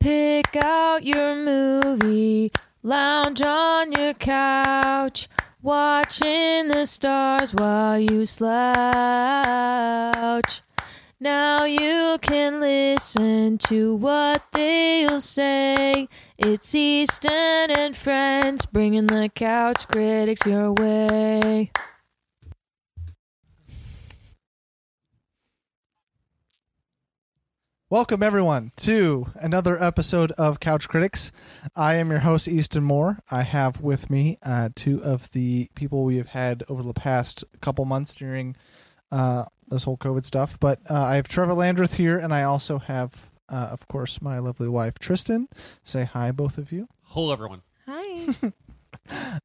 Pick out your movie, lounge on your couch, watching the stars while you slouch. Now you can listen to what they'll say. It's Easton and Friends bringing the couch critics your way. Welcome, everyone, to another episode of Couch Critics. I am your host, Easton Moore. I have with me uh, two of the people we have had over the past couple months during uh, this whole COVID stuff. But uh, I have Trevor Landreth here, and I also have, uh, of course, my lovely wife, Tristan. Say hi, both of you. Hello, everyone. Hi.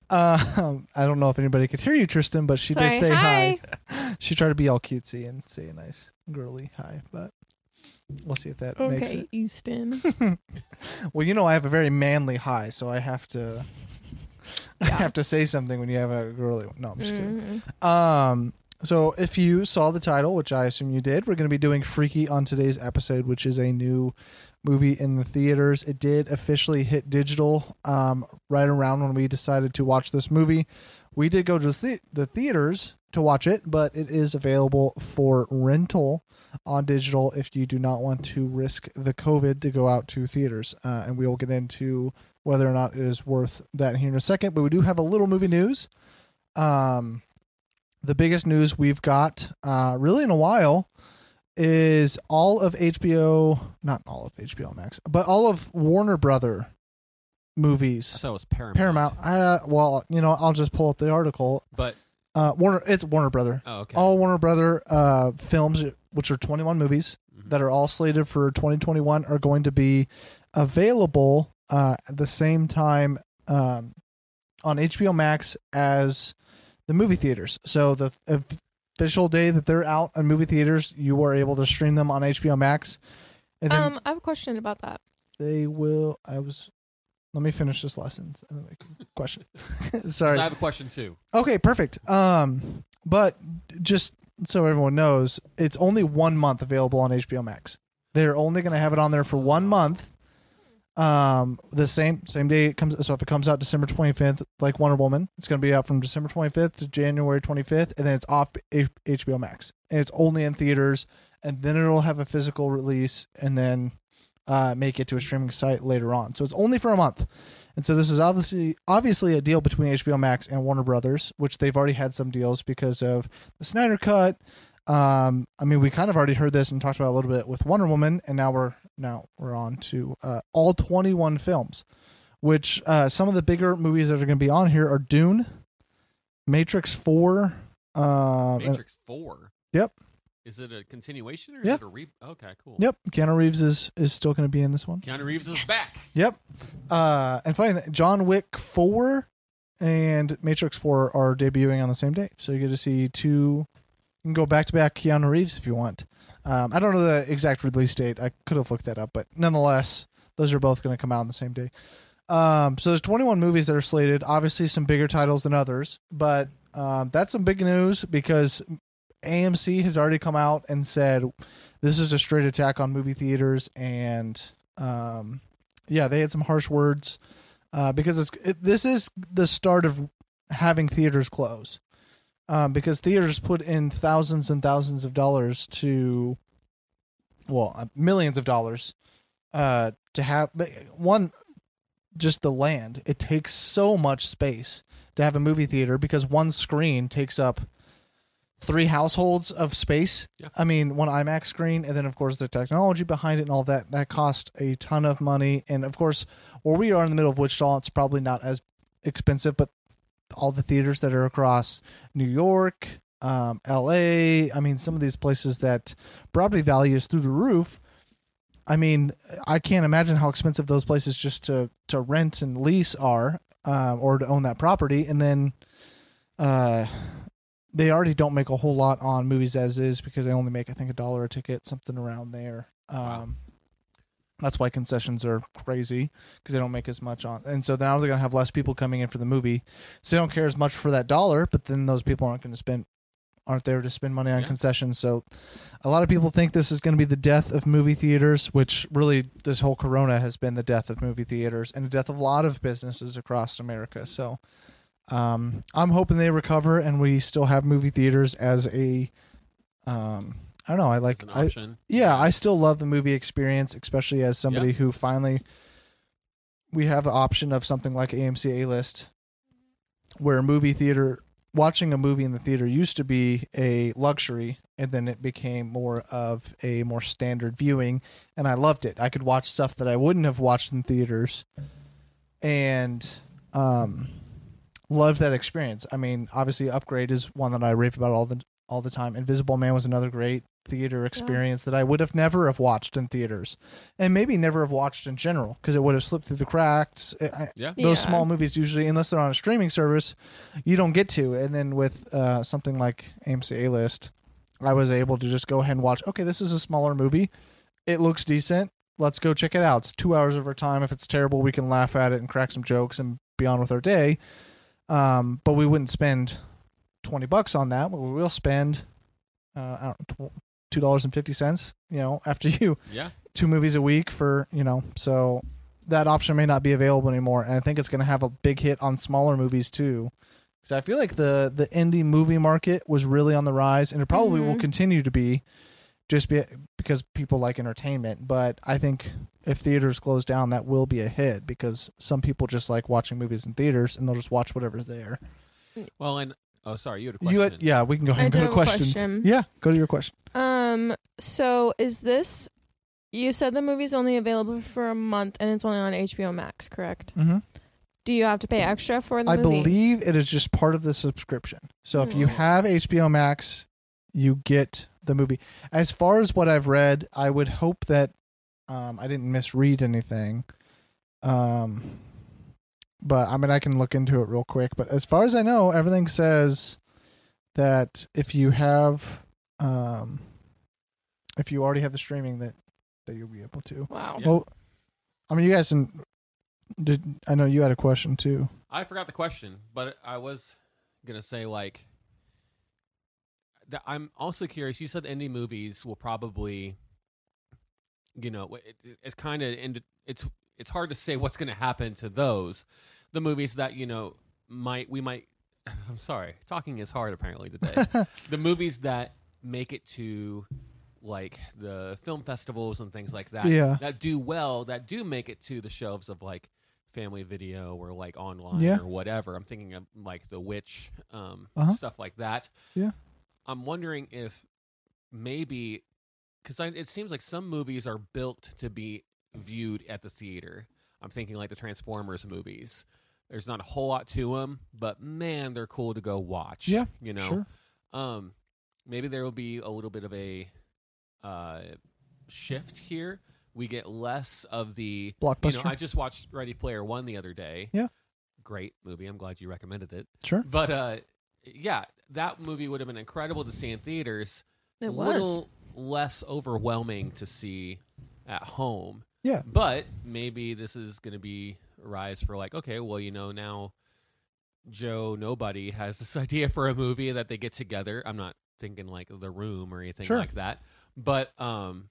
Uh, I don't know if anybody could hear you, Tristan, but she Sorry, did say hi. hi. She tried to be all cutesy and say a nice girly hi, but we'll see if that makes it. Okay, Easton. Well, you know, I have a very manly high, so I have to. I Yeah. have to say something when you have a girly one. No, I'm just kidding. Mm. Mm-hmm. Um, so if you saw the title, which I assume you did, we're going to be doing Freaky on today's episode, which is a new movie in the theaters. It did officially hit digital um, right around when we decided to watch this movie. We did go to the, the theaters to watch it, but it is available for rental on digital if you do not want to risk the COVID to go out to theaters. Uh, and we will get into whether or not it is worth that here in a second. But we do have a little movie news. Um, the biggest news we've got uh, really in a while is all of HBO, not all of HBO Max, but all of Warner Brother I movies. thought it was Paramount. Paramount. Uh, well, you know, I'll just pull up the article. But, Uh, Warner, it's Warner Brother. oh, okay. All Warner Brother uh, films, which are 21 movies Mhm. that are all slated for 2021, are going to be available uh, at the same time um, on HBO Max as the movie theaters. So the official day that they're out on movie theaters, you are able to stream them on HBO Max, and then Um, I have a question about that. they will. I was. Let me finish this lesson. and then we can Question. 'Cause Sorry. I have a question, too. Okay, perfect. Um, but just so everyone knows, it's only one month available on HBO Max. They're only going to have it on there for one month. Um, the same same day it comes. So if it comes out December twenty fifth, like Wonder Woman, it's going to be out from December twenty fifth to January twenty fifth, and then it's off H- HBO Max, and it's only in theaters, and then it'll have a physical release, and then uh, make it to a streaming site later on. So it's only for a month. And so this is obviously obviously a deal between HBO Max and Warner Brothers, which they've already had some deals because of the Snyder Cut. Um, I mean, we kind of already heard this and talked about it a little bit with Wonder Woman, and now we're now we're on to uh, all 21 films, which uh, some of the bigger movies that are going to be on here are Dune, Matrix Four, um, and- Matrix 4. Yep. Is it a continuation or Yeah. is it a re. Okay, cool. yep, Keanu Reeves is is still going to be in this one. Keanu Reeves is back. Yep. Uh, and funny, thing, John Wick 4 and Matrix 4 are debuting on the same day. So you get to see two. You can go back to back Keanu Reeves if you want. Um, I don't know the exact release date. I could have looked that up, but nonetheless, those are both going to come out on the same day. Um, so there's 21 movies that are slated. Obviously, some bigger titles than others, but um, that's some big news because AMC has already come out and said this is a straight attack on movie theaters and um, yeah, they had some harsh words uh, because it's, it, this is the start of having theaters close um, because theaters put in thousands and thousands of dollars to, well, uh, millions of dollars uh, to have but one, just the land. It takes so much space to have a movie theater because one screen takes up three households of space. Yeah. I mean, one IMAX screen, and then of course the technology behind it and all that. That cost a ton of money, and of course, where we are in the middle of Wichita, it's probably not as expensive, but all the theaters that are across New York, um, L.A. I mean, some of these places that property value is through the roof. I mean, I can't imagine how expensive those places just to to rent and lease are, uh, or to own that property, and then. Uh, they already don't make a whole lot on movies as is because they only make I think a dollar a ticket, something around there. Um, Wow. That's why concessions are crazy because they don't make as much on, and so now they're gonna have less people coming in for the movie, so they don't care as much for that dollar. But then those people aren't gonna spend aren't there to spend money on Yeah. concessions. So a lot of people think this is going to be the death of movie theaters, which really this whole corona has been the death of movie theaters and the death of a lot of businesses across America. So um, I'm hoping they recover and we still have movie theaters as a um, I don't know. I like It's an I, option. yeah, I still love the movie experience, especially as somebody who finally we have the option of something like AMC A List, where movie theater watching a movie in the theater used to be a luxury, and then it became more of a more standard viewing, and I loved it. I could watch stuff that I wouldn't have watched in theaters, and um, love that experience. I mean, obviously, Upgrade is one that I rave about all the all the time. Invisible Man was another great theater experience that I would have never have watched in theaters, and maybe never have watched in general because it would have slipped through the cracks. I- I- Yeah. those Yeah. small movies usually, unless they're on a streaming service, you don't get to. And then with uh, something like AMC A List, I was able to just go ahead and watch. Okay, this is a smaller movie. It looks decent. Let's go check it out. It's two hours of our time. If it's terrible, we can laugh at it and crack some jokes and be on with our day. Um, but we wouldn't spend twenty bucks on that. But we will spend, uh, I don't know, two dollars and fifty cents. You know, after you Yeah. two movies a week for you know so that option may not be available anymore and i think it's going to have a big hit on smaller movies too because i feel like the the indie movie market was really on the rise and it probably will Mhm. continue to be just be, because people like entertainment but i think if theaters close down that will be a hit because some people just like watching movies in theaters and they'll just watch whatever's there Well, and oh, sorry, you had a question. you had, yeah we can go ahead I and do go have to a questions question. yeah go to your question Um. So is this? You said the movie's only available for a month, and it's only on HBO Max, correct? mm-hmm. Do you have to pay extra for the I movie? believe it is just part of the subscription. So if you Mm. have HBO Max, you get the movie. As far as what I've read, I would hope that um, I didn't misread anything. Um, but I mean, I can look into it real quick. But as far as I know, everything says that if you have, um, if you already have the streaming, that that you'll be able to. Wow. Yeah. Well, I mean, you guys didn't. Did I know you had a question too? I forgot the question, but I was gonna say like that I'm also curious. You said indie movies will probably, you know, it, it- it's kind of and it's it's hard to say what's gonna happen to those, the movies that you know might we might. I'm sorry, talking is hard apparently today. the movies that make it to like the film festivals and things like that Yeah. that do well that do make it to the shelves of like family video or like online Yeah. or whatever i'm thinking of like the witch um, Uh-huh. stuff like that Yeah. i'm wondering if maybe because it seems like some movies are built to be viewed at the theater i'm thinking like the transformers movies there's not a whole lot to them but man they're cool to go watch Yeah, you know Sure. um maybe there will be a little bit of a uh shift here we get less of the you Blockbuster. know i just watched ready player one the other day Yeah. great movie i'm glad you recommended it sure. but uh yeah that movie would have been incredible to see in theaters a It was. little less overwhelming to see at home Yeah. but maybe this is going to be a rise for like, okay, well, you know, now Joe Nobody has this idea for a movie that they get together. I'm not thinking like The Room or anything Sure. like that, but um,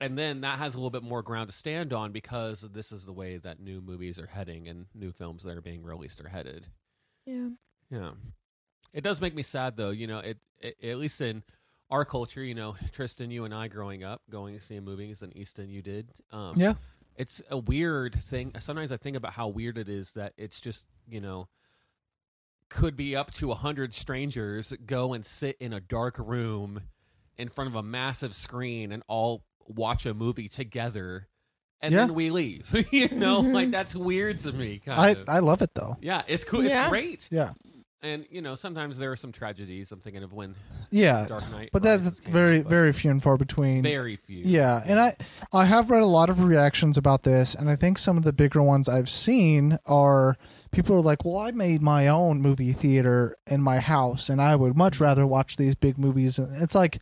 and then that has a little bit more ground to stand on because this is the way that new movies are heading and new films that are being released are headed. Yeah. Yeah. It does make me sad though, you know, it, it at least in our culture, you know, Tristan, you and I growing up, going and seeing movies and Easton you did. Um Yeah. It's a weird thing. Sometimes I think about how weird it is that it's just, you know, could be up to a hundred strangers go and sit in a dark room in front of a massive screen and all watch a movie together and Yeah. Mm-hmm. then we leave. you know, like that's weird to me kind I, of. I love it though. yeah, it's cool. It's Yeah. great Yeah. and you know sometimes there are some tragedies. I'm thinking of when Yeah. Dark Knight, Uh, But Rises that's came very, out, but very few and far between. very few. Yeah, and I I have read a lot of reactions about this, and I think some of the bigger ones I've seen are people are like, "Well, I made my own movie theater in my house, and I would much rather watch these big movies." And It's like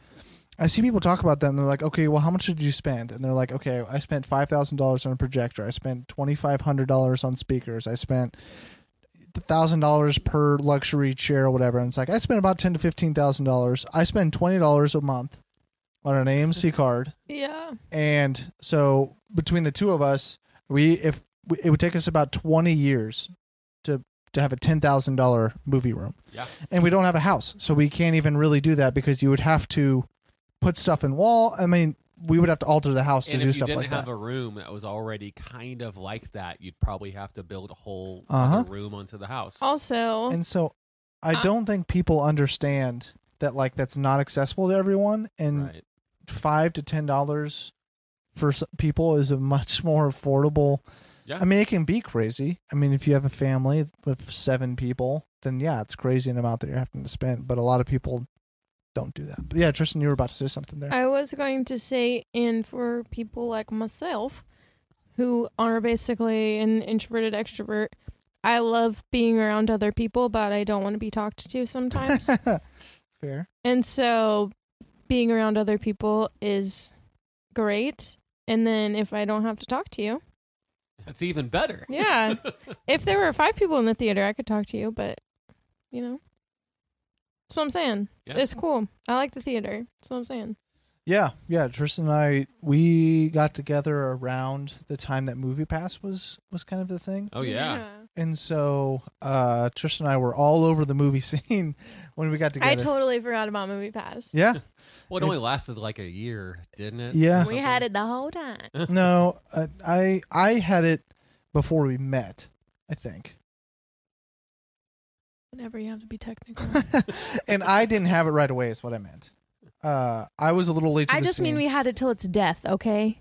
I see people talk about that, and they're like, "Okay, well, how much did you spend?" And they're like, "Okay, I spent five thousand dollars on a projector. I spent twenty five hundred dollars on speakers. I spent." thousand dollars per luxury chair or whatever, and it's like I spend about ten to fifteen thousand dollars. I spend twenty dollars a month on an AMC card, Yeah. and so between the two of us, we if we, it would take us about twenty years to to have a ten thousand dollar movie room. Yeah. and we don't have a house, so we can't even really do that because you would have to put stuff in wall. I mean, we would have to alter the house and to do if you stuff didn't like have that. a room that was already kind of like that, you'd probably have to build a whole Uh-huh. other room onto the house. Also, and so I don't think people understand that like that's not accessible to everyone and right. five to ten dollars for s- people is a much more affordable. Yeah. I mean, it can be crazy. I mean, if you have a family with seven people, then yeah, it's crazy an amount that you're having to spend. But a lot of people don't do that. But yeah, Tristan, you were about to say something there. I was going to say, and for people like myself, who are basically an introverted extrovert, I love being around other people, but I don't want to be talked to sometimes. Fair. And so being around other people is great. And then if I don't have to talk to you, That's even better. yeah. if there were five people in the theater, I could talk to you, but you know. That's what I'm saying. Yeah. It's cool. I like the theater. That's what I'm saying. Yeah, yeah. Tristan and I we got together around the time that Movie Pass was was kind of the thing. Oh yeah. And so uh Tristan and I were all over the movie scene when we got together. I totally forgot about Movie Pass. yeah. Well, it only lasted like a year, didn't it? Yeah. Or We something? had it the whole time. No, uh, I I had it before we met, I think. Whenever you have to be technical. and I didn't have it right away is what I meant. Uh I was a little late to I the just mean scene. we had it till it's death, okay?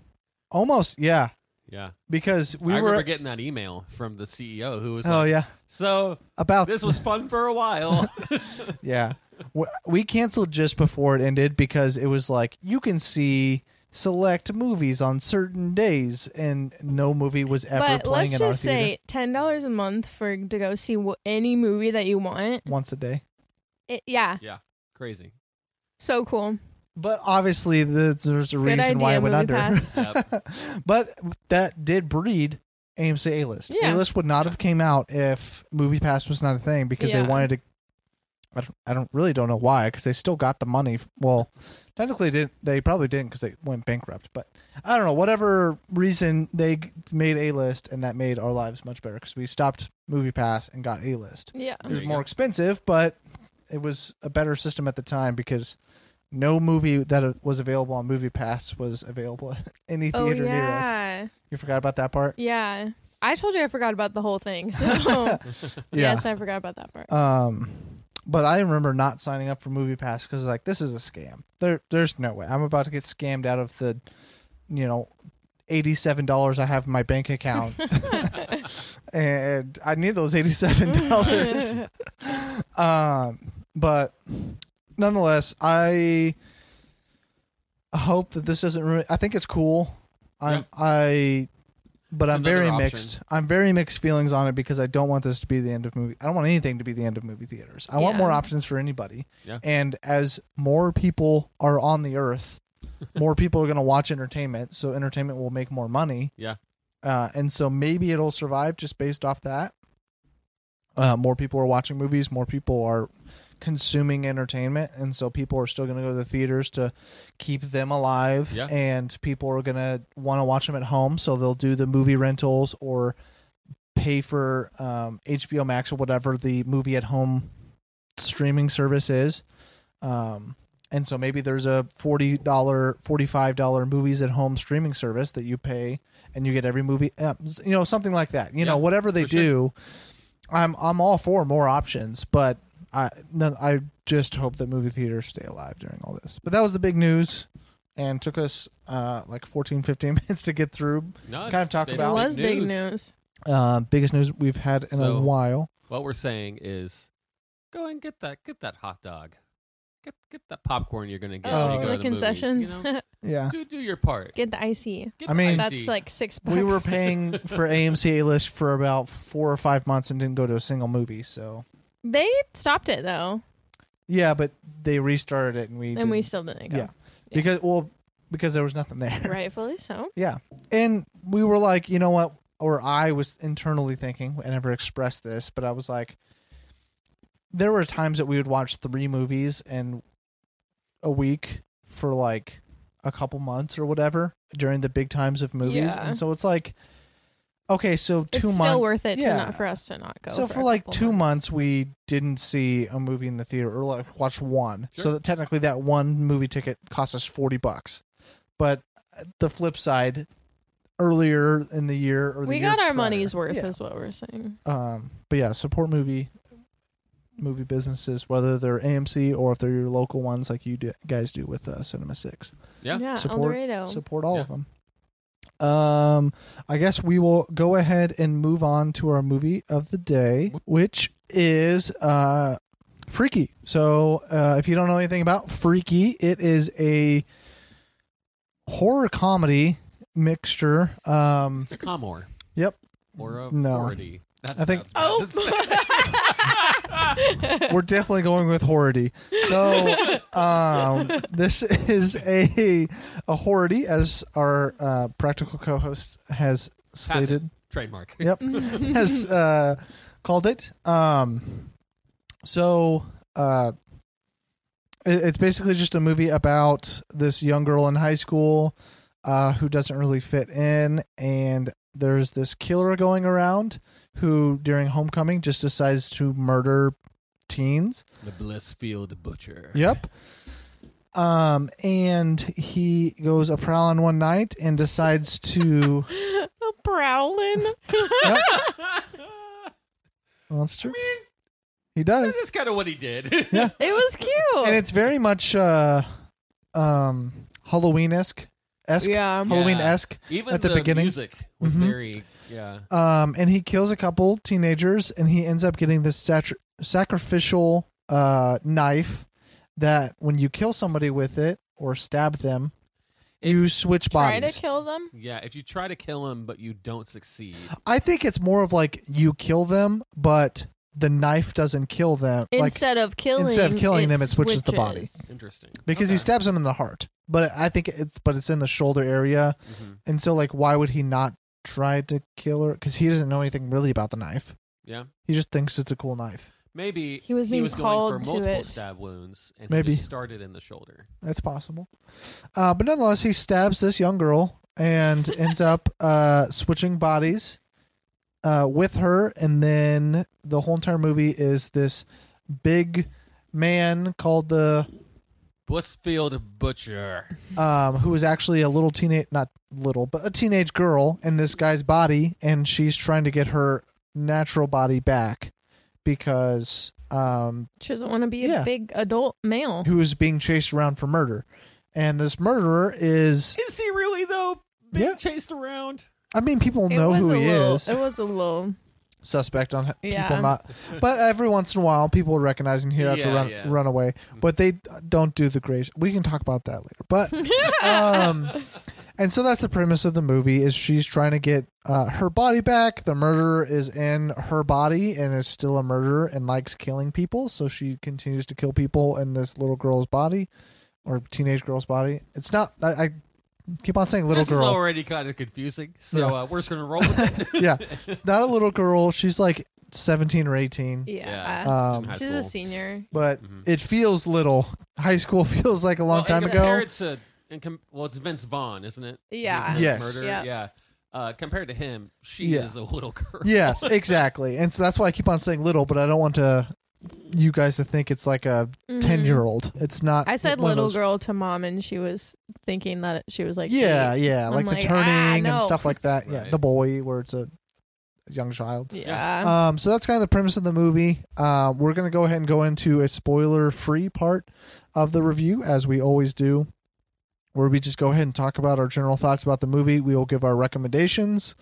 almost, yeah, Yeah. because we I were remember getting that email from the CEO who was Oh like, yeah. "So About this was fun for a while." Yeah. We- We canceled just before it ended because it was like you can see select movies on certain days and no movie was ever but playing let's in our just theater say $10 a month for to go see wh- any movie that you want. once a day. It, yeah. Crazy. So cool. But obviously the, there's a Good reason idea, why it went Movie under. Pass. Yep. but that did breed AMC A-list. Yeah. A-list would not have came out if Movie Pass was not a thing because Yeah. they wanted to I don't, I don't really don't know why because they still got the money. f- Well, technically didn't they probably didn't because they went bankrupt. But I don't know whatever reason they g- made a list and that made our lives much better because we stopped movie pass and got a list. Yeah. It There was you more go. expensive, but it was a better system at the time because no movie that uh, was available on movie pass was available at any Oh theater near us. yeah. You forgot about that part. Yeah. I told you I forgot about the whole thing. So yes, I forgot about that part. Um, but I remember not signing up for Movie Pass because like this is a scam. There, there's no way I'm about to get scammed out of the, you know, eighty-seven dollars I have in my bank account, and I need those eighty-seven dollars. um, but nonetheless, I hope that this doesn't ruin. I think it's cool. I'm I. But It's I'm another very option. mixed. I'm very mixed feelings on it because I don't want this to be the end of movie. I don't want anything to be the end of movie theaters. I want Yeah. more options for anybody. Yeah. And as more people are on the earth, more people are going to watch entertainment. So entertainment will make more money. Yeah. Uh, and so maybe it'll survive just based off that. Uh, more people are watching movies. More people are consuming entertainment, and so people are still going to go to the theaters to keep them alive. Yeah. And people are going to want to watch them at home, so they'll do the movie rentals or pay for um, HBO Max or whatever the movie at home streaming service is. Um, and so maybe there's a forty dollar, forty five dollar movies at home streaming service that you pay, and you get every movie, uh, you know, something like that. You Yeah, know, whatever they for sure. do, I'm I'm all for more options, but I no, I just hope that movie theaters stay alive during all this. But that was the big news, and took us uh, like 14, 15 minutes to get through. No, Kind of talk it about- was big news. Uh, biggest news we've had in a So- while. What we're saying is, go and get that, get that hot dog, get get that popcorn you're gonna get when Oh, you go the to the concessions. Movies, you know? Yeah, do do your part. Get the icy. Get I the mean- That's icy. like six bucks. we were paying for AMC A list for about four or five months and didn't go to a single movie. So they stopped it though, yeah, but they restarted it and we and we didn't. still didn't go. Yeah. because well because there was nothing there. Rightfully so. Yeah, and we were like, you know what? or I was internally thinking, I never expressed this, but I was like, there were times that we would watch three movies in a week for like a couple months or whatever during the big times of movies. Yeah. And so it's like, okay, so two it's months. still worth it yeah. to not for us to not go. So for, for a like couple two months. months. we didn't see a movie in the theater or like watch one. So Sure. that technically that one movie ticket cost us forty bucks. But the flip side, earlier in the year or the we year got our prior- money's worth, Yeah. is what we're saying. Um, but yeah, support movie movie businesses, whether they're AMC or if they're your local ones like you do, guys do with uh, Cinema Six. Yeah. Support- El Dorado. Support all of them. Um, I guess we will go ahead and move on to our movie of the day, which is uh, Freaky. So, uh, if you don't know anything about Freaky, it is a horror comedy mixture. Um, It's a comor. Yep. Or No. a no. 40. That's I think- oh, we're definitely going with horrority. So um, this is a a horrority, as our uh, practical co-host has Pass it. stated. trademark. Yep, has uh, called it. Um, so uh, it- it's basically just a movie about this young girl in high school uh, who doesn't really fit in, and there's this killer going around who, during homecoming, just decides to murder teens. The Blissfield Butcher. Yep. Um, and he goes a prowling one night and decides to. Prowlin. Yep, I well, that's true. mean, He does, that's just kind of what he did. Yeah. It was cute. and it's very much uh, um, Halloween esque, esque, yeah. Halloween esque. Even At the the, beginning. music was Mhm. very yeah. Um, and he kills a couple teenagers, and he ends up getting this sacri- sacrificial uh knife that when you kill somebody with it or stab them, If- you switch Try bodies. to kill them. Yeah, if you try to kill him but you don't succeed, I think it's more of like you kill them, but the knife doesn't kill them. like Instead of killing, instead of killing it them, it switches the body. switches. interesting. because he stabs them in the heart, but I think it's but it's in the shoulder area, hmm and so like why would he not try to kill her? Because he doesn't know anything really about the knife. Yeah. He just thinks it's a cool knife. Maybe He was being going for called to multiple it. stab wounds and Maybe. he just started in the shoulder. That's possible. Uh, but nonetheless, he stabs this young girl and ends up uh, switching bodies uh, with her. And then the whole entire movie is this big man called the Blissfield Butcher. um, who was actually a little teenage, not little, but a teenage girl in this guy's body, and she's trying to get her natural body back because um, She doesn't want to be a Yeah. big adult male. who's being chased around for murder, and this murderer is. Is he really though being Yeah. chased around? I mean, people It know was who a he little, is. It was a little. Suspect on people Yeah. not, but every once in a while, people recognize and he'd have to Yeah, run yeah. Mm-hmm. run away. But they don't do the great. We can talk about that later, but. um, and so that's the premise of the movie is she's trying to get uh, her body back the murderer is in her body and is still a murderer and likes killing people so she continues to kill people in this little girl's body or teenage girl's body it's not i, I keep on saying little this girl is already kind of confusing. So Yeah. uh, we're just gonna roll with it. yeah it's not a little girl she's like 17 or 18 yeah. um, High She's a school. senior. but Mhm. it feels little high school feels like a long Well, time and ago Compared to, and com- well, it's Vince Vaughn, isn't it? Yeah. Isn't it Yes. Murder? Yeah. Yeah. Uh, compared to him, she Yeah. is a little girl. Yes, exactly. And so that's why I keep on saying little, but I don't want to you guys to think it's like a Mhm. ten year old. It's not. I said one of little those- girl to mom, and she was thinking that she was like, Yeah, eight. yeah, I'm like the like, turning ah, no. and stuff like that. Yeah, Right. the boy where it's a young child. yeah. Um, so that's kind of the premise of the movie. Uh, we're gonna go ahead and go into a spoiler free part of the review as we always do. Where we just go ahead and talk about our general thoughts about the movie. We will give our recommendations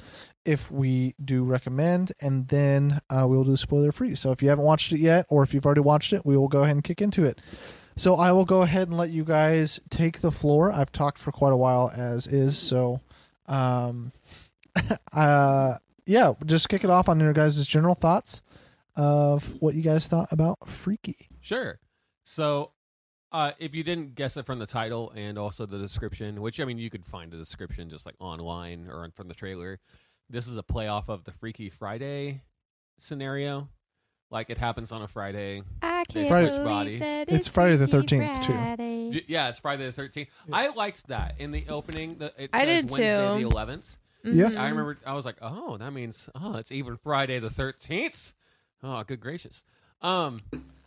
if we do recommend, and then uh, we will do spoiler free. So if you haven't watched it yet, or if you've already watched it, we will go ahead and kick into it. So I will go ahead and let you guys take the floor. I've talked for quite a while as is, so um, uh, yeah, just kick it off on your guys' general thoughts of what you guys thought about Freaky. Sure. So, uh, if you didn't guess it from the title and also the description, which I mean, you could find the description just like online or from the trailer, this is a playoff of the Freaky Friday scenario. Like it happens on a Friday. I can't can't Friday- believe bodies. that It's Friday the 13th, too. J- Yeah, it's Friday the thirteenth. I liked that in the opening. The, it says I did Wednesday too. the eleventh. Yeah. Mm-hmm. I remember I was like, oh, that means oh, it's even Friday the thirteenth. Oh, good gracious. Um,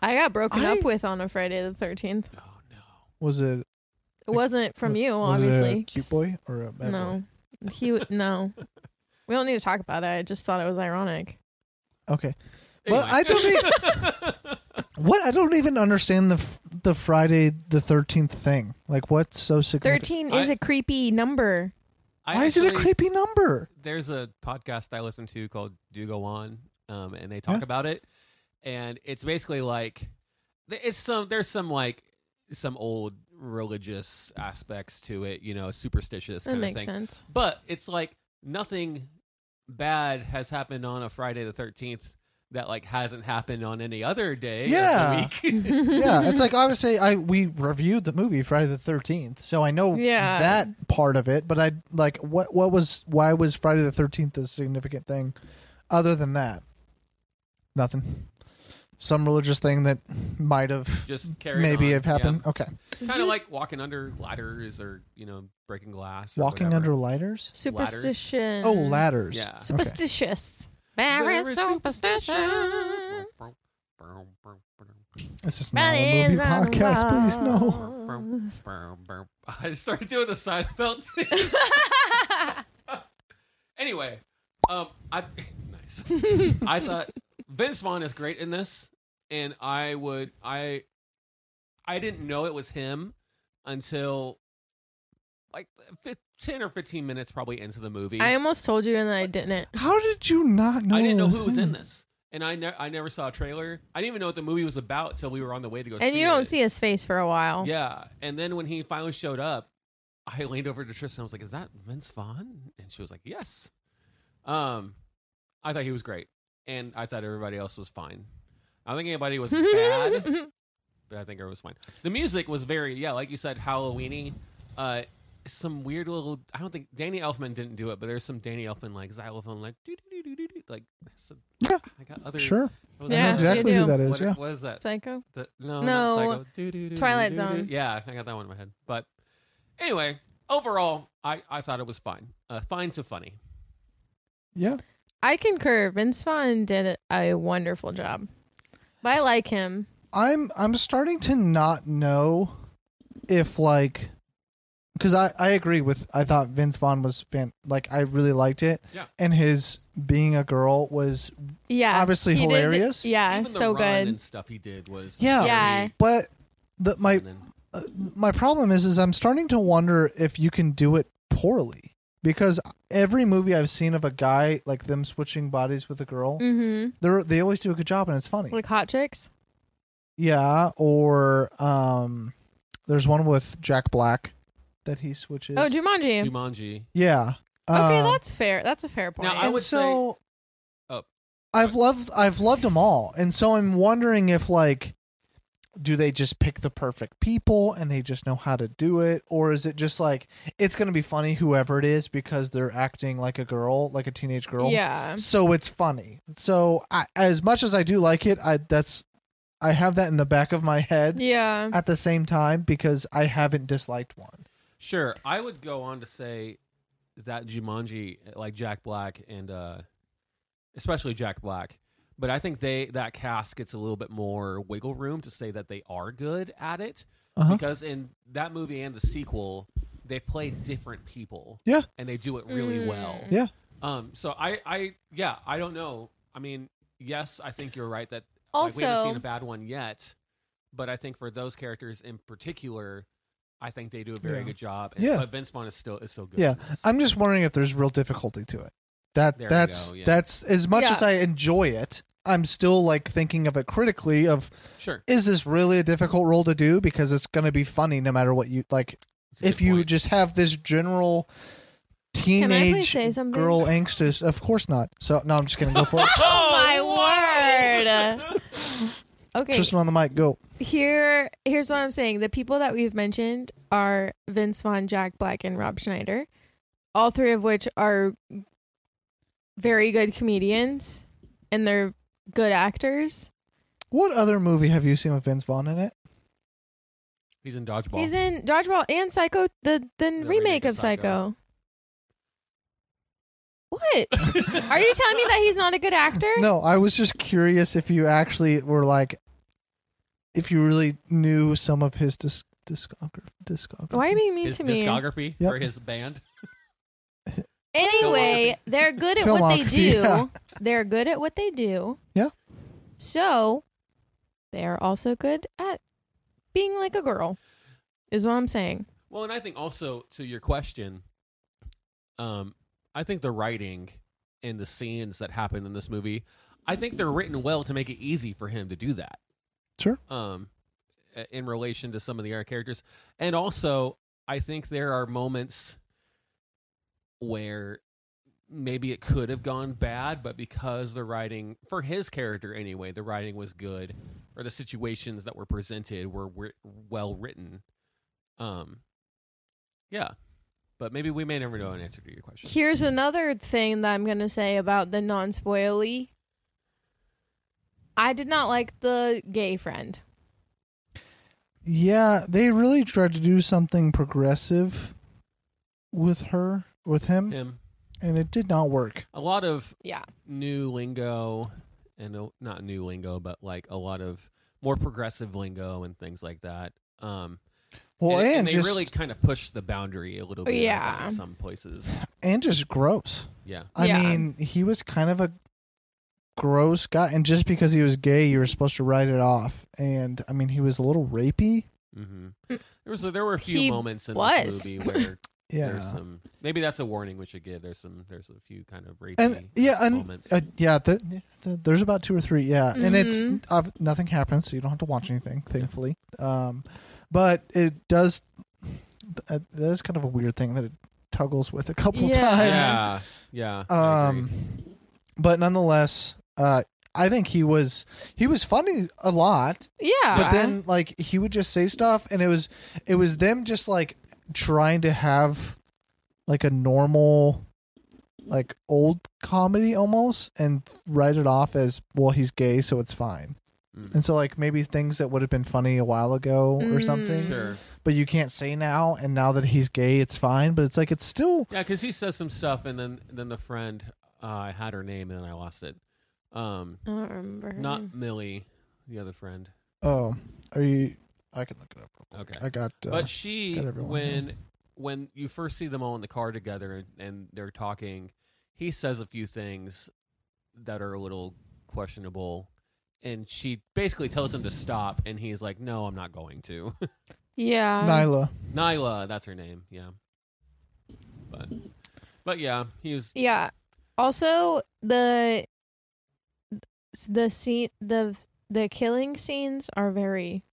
I got broken I- up with on a Friday the 13th. oh no. Was it It wasn't from you, was it a obviously. cute boy or a bad No. He would- no. We don't need to talk about it. I just thought it was ironic. boy? Okay. Well, I don't need what I don't even understand the f- the Friday the thirteenth thing. Like, what's so significant? 13 I- is a creepy number. I Why is it a actually- creepy number? There's a podcast I listen to called Do Go On, um, and they talk Yeah. about it, and it's basically like th- it's some there's some like some old religious aspects to it, you know, superstitious That kind of makes thing. sense. But it's like nothing bad has happened on a Friday the thirteenth that like hasn't happened on any other day Yeah. of the week. yeah, it's like obviously I we reviewed the movie Friday the Thirteenth, so I know Yeah. that part of it. But I like what what was why was Friday the Thirteenth a significant thing? Other than that, nothing. Some religious thing that might have Just carried maybe on. have happened. Okay, Mhm. Kind of like walking under ladders or you know breaking glass. Or walking whatever. under lighters. Superstition. Oh, ladders. Yeah. Okay. Superstitious. Very superstitious. This is not a movie podcast. Please no. I started doing the Seinfeld thing. anyway, um, I nice. I thought Vince Vaughn is great in this, and I would I I didn't know it was him until like fif- ten or fifteen minutes probably into the movie. I almost told you and then I didn't. How did you not know? I didn't know it who was in him? this, and I ne- I never saw a trailer. I didn't even know what the movie was about till we were on the way to go. And see you don't it. see his face for a while. Yeah, and then when he finally showed up, I leaned over to Tristan. I was like, "Is that Vince Vaughn?" And she was like, "Yes." Um, I thought he was great, and I thought everybody else was fine. I don't think anybody was bad, but I think it was fine. The music was very, yeah, like you said, Halloweeny. Uh, some weird little. I don't think Danny Elfman didn't do it, but there's some Danny Elfman like xylophone, like do do do do do, like. So, Yeah. I got other. Sure, what was I Yeah, know that? exactly who do. that is. What, yeah, what is that? Psycho. The, no, No, not Psycho. Twilight Zone. Yeah, I got that one in my head. But anyway, overall, I, I thought it was fine. Uh, fine to funny. yeah. I concur. Vince Vaughn did a wonderful job. But I like him. I'm I'm starting to not know if like because I I agree with I thought Vince Vaughn was fan like I really liked it Yeah. and his being a girl was Yeah. Obviously he did- hilarious. yeah, Even the so run good. and stuff he did was Yeah. Yeah. but the my feminine. uh, my problem is is I'm starting to wonder if you can do it poorly because every movie I've seen of a guy like them switching bodies with a girl Mm-hmm. they're they always do a good job and it's funny Like hot chicks. yeah or um there's one with Jack Black that he switches Oh, Jumanji. Jumanji. Uh, Yeah. okay, Um, that's fair. That's a fair point. Now, I and would so, Oh. I've loved I've loved them all, and so I'm wondering if like, do they just pick the perfect people and they just know how to do it, or is it just like it's gonna be funny whoever it is because they're acting like a girl, like a teenage girl. Yeah. So it's funny. So I, as much as I do like it, I that's I have that in the back of my head Yeah. at the same time because I haven't disliked one. Sure. I would go on to say that Jumanji, like Jack Black and uh, especially Jack Black, but I think they that cast gets a little bit more wiggle room to say that they are good at it Uh-huh. because in that movie and the sequel, they play different people. Yeah. and they do it really Mm. well. Yeah. Um. So I, I, yeah, I don't know. I mean, yes, I think you're right that like, we haven't seen a Also, bad one yet, but I think for those characters in particular, I think they do a very Yeah. good job. And, Yeah. But Vince Vaughn is still is so good. Yeah, in this. I'm just wondering if there's real difficulty to it. That There we that's go, yeah. that's as much Yeah. as I enjoy it. I'm still like thinking of it critically. Of sure. is this really a difficult role to do? Because it's going to be funny no matter what you like. That's a if good you point. just have this general I please teenage say something? girl angst, is, of course not. So no, I'm just going to go for it. Oh, my Oh word. Okay. Tristan on the mic, go. here here's what I'm saying. The people that we've mentioned are Vince Vaughn, Jack Black, and Rob Schneider. All three of which are very good comedians and they're good actors. What other movie have you seen with Vince Vaughn in it? He's in dodgeball. He's in Dodgeball and Psycho, the the, remake, of Psycho. What? Are you telling me that he's not a good actor? No, I was just curious if you actually were like, if you really knew some of his disc- discography. discography. Why are you being mean his to me? discography Yep. for his band? Anyway, they're good at what they Filmography, do. yeah. They're good at what they do. Yeah. So they are also good at being like a girl, is what I'm saying. Well, and I think also to your question, um, I think the writing and the scenes that happen in this movie, I think they're written well to make it easy for him to do that. Sure. Um, uh, in relation to some of the other characters, and also I think there are moments where maybe it could have gone bad, but because the writing for his character anyway, the writing was good, or the situations that were presented were, were well written. Um, yeah, but maybe we may never know an answer to your question. Here's another thing that I'm going to say about the non spoily. I did not like the gay friend. Yeah, they really tried to do something progressive with her, with him, Him, and it did not work. a lot of Yeah. new lingo, and uh, not new lingo, but like a lot of more progressive lingo and things like that. Um, Well, and, and, and they just really kind of pushed the boundary a little bit. I think, Yeah. in some places. and just gross. Yeah, I Yeah. mean, he was kind of a gross guy, and just because he was gay, you were supposed to write it off. And I mean, he was a little rapey. hmm There Mm. was there were a few He moments in was. this movie where Yeah, there's some maybe that's a warning we should give. There's some there's a few kind of rapey and yeah, and moments. uh, yeah, the, the, there's about two or three. Yeah, and Mhm. it's uh, nothing happens, so you don't have to watch anything, thankfully. Um, but it does. Uh, that is kind of a weird thing that it toggles with a couple Yeah. times. yeah, yeah. I agree. Um, but nonetheless, uh, I think he was he was funny a lot. Yeah. but then like he would just say stuff and it was it was them just like trying to have like a normal like old comedy almost and write it off as well he's gay so it's fine Mm. and so like maybe things that would have been funny a while ago or Mm. something sure. but you can't say now and now that he's gay it's fine but it's like it's still Yeah, because he says some stuff, and then then the friend uh, I had her name, and then I lost it. Um, I don't remember. her name. not Millie, the other friend. oh are you i can look it up Okay, i got uh, but she got everyone, when when you first see them all in the car together and, and they're talking, he says a few things that are a little questionable, and she basically tells him to stop, and he's like, "No, I'm not going to." Yeah. nyla Nyla, that's her name. Yeah, but but yeah, he was Yeah. Also the the scene the the killing scenes are very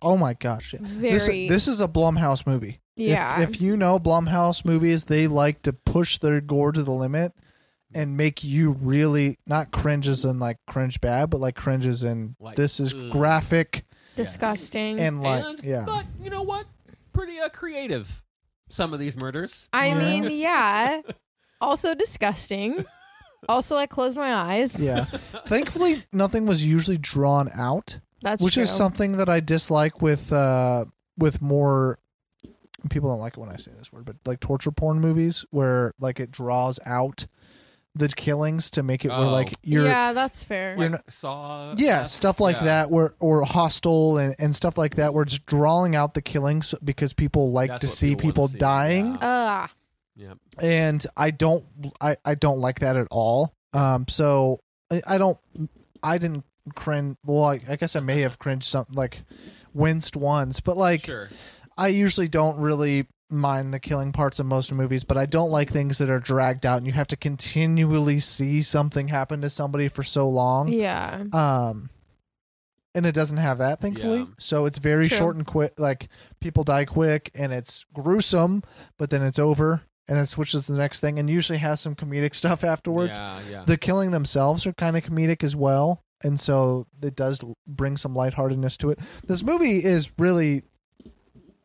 oh my gosh yeah. this, very this is a blumhouse movie If- yeah. If, you know Blumhouse movies, they like to push their gore to the limit and make you really not cringes and like cringe bad, but like cringes and Like, this is ugh. graphic disgusting. and like and yeah. but you know what? Pretty uh, creative. Some of these murders. I Yeah. mean, yeah. Also disgusting. also I close my eyes. yeah. Thankfully nothing was usually drawn out, That's which true. is something that I dislike with uh with more people don't like it when I say this word, but like torture porn movies where like it draws out the killings to make it where Oh. like you're yeah, that's fair. you're Like, not- saw. uh, yeah stuff like yeah. that where or hostile and, and stuff like that where it's drawing out the killings because people like That's to what see people people, wanna see, dying yeah. Ah, Yep. and i don't I, I don't like that at all um so i, I don't i didn't cringe well I, I guess i may have cringed something like winced once but like sure. i usually don't really mind the killing parts of most movies but i don't like things that are dragged out and you have to continually see something happen to somebody for so long yeah. um and it doesn't have that thankfully Yeah. so it's very True. short and quick like people die quick and it's gruesome but then it's over and it switches to the next thing and usually has some comedic stuff afterwards Yeah, yeah. the killing themselves are kind of comedic as well and so it does l- bring some lightheartedness to it this movie is really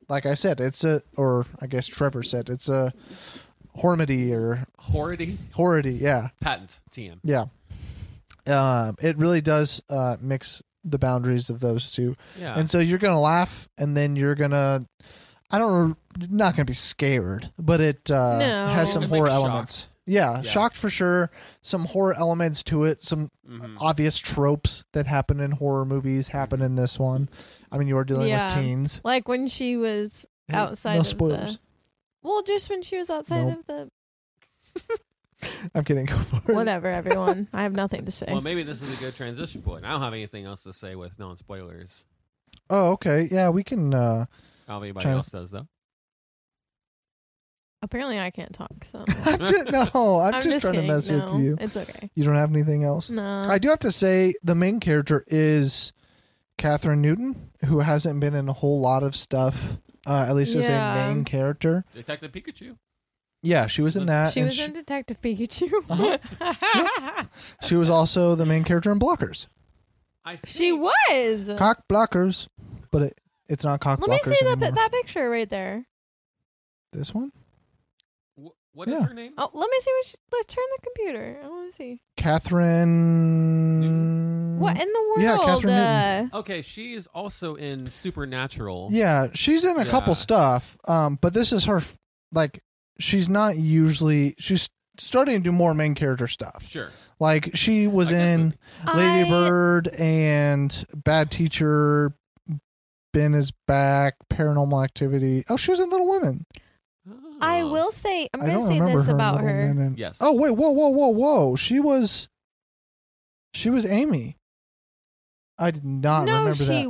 like i said it's a or i guess trevor said it's a Hormady or Horrity Horrity. Yeah, patent TM. yeah. Um, it really does uh, mix the boundaries of those two, Yeah. and so you're gonna laugh, and then you're gonna. I don't. you're Not gonna be scared, but it uh, No. has some And, like, horror shocked. elements. Yeah, Yeah. shocked for sure. Some horror elements to it. Some Mhm. obvious tropes that happen in horror movies happen Hmm. in this one. I mean, you are dealing Yeah. with teens. Like when she was Hey, outside no of spoilers. the. Well, just when she was outside Nope. of the. I'm kidding. Go for it. Whatever, everyone. I have nothing to say. Well, maybe this is a good transition point. I don't have anything else to say with non spoilers. Oh, okay. Yeah, we can. uh I don't know if anybody Trying to- else does though. Apparently, I can't talk, so. I'm just, no, I'm, I'm just, trying kidding. to mess No, with you. It's okay. You don't have anything else. No. I do have to say the main character is Catherine Newton, who hasn't been in a whole lot of stuff. Uh, at least as a Yeah. main character. Detective Pikachu. Yeah, she Uh-huh. was in that. she and was in Detective Pikachu. she was also the main character in Blockers. I think she was. Cock Blockers, but it, it's not Cock Let me Blockers see that, anymore. that picture right there. this one, Wh- What is Yeah. her name? Oh, let me see what. She, let's turn the computer. I want to see. Catherine. What in the world? Yeah, Catherine uh, Newton. Okay, she's also in Supernatural. Yeah, she's in a couple Yeah. stuff. Um, but this is her f- like she's not usually she's starting to do more main character stuff. Sure. Like she was Like this in movie. Lady uh, I- Bird and Bad Teacher. Ben is back. Paranormal Activity. Oh, she was in Little Women. I Oh. will say. I'm I going don't to say remember this her in about Little her. Women. Yes. Oh wait, whoa, whoa, whoa, whoa! She was, she was Amy. I did not no, remember she that.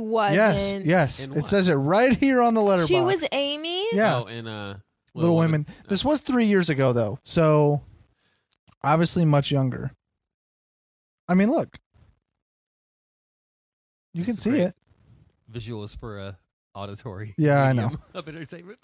Yes, wasn't. yes. In It what? says it right here on the letterbox. She was Amy. Yeah, Oh, in uh, Little, Women. This was three years ago though, so obviously much younger. I mean, look, you This can is see great. it. visuals for a auditory. Yeah, I medium Of entertainment.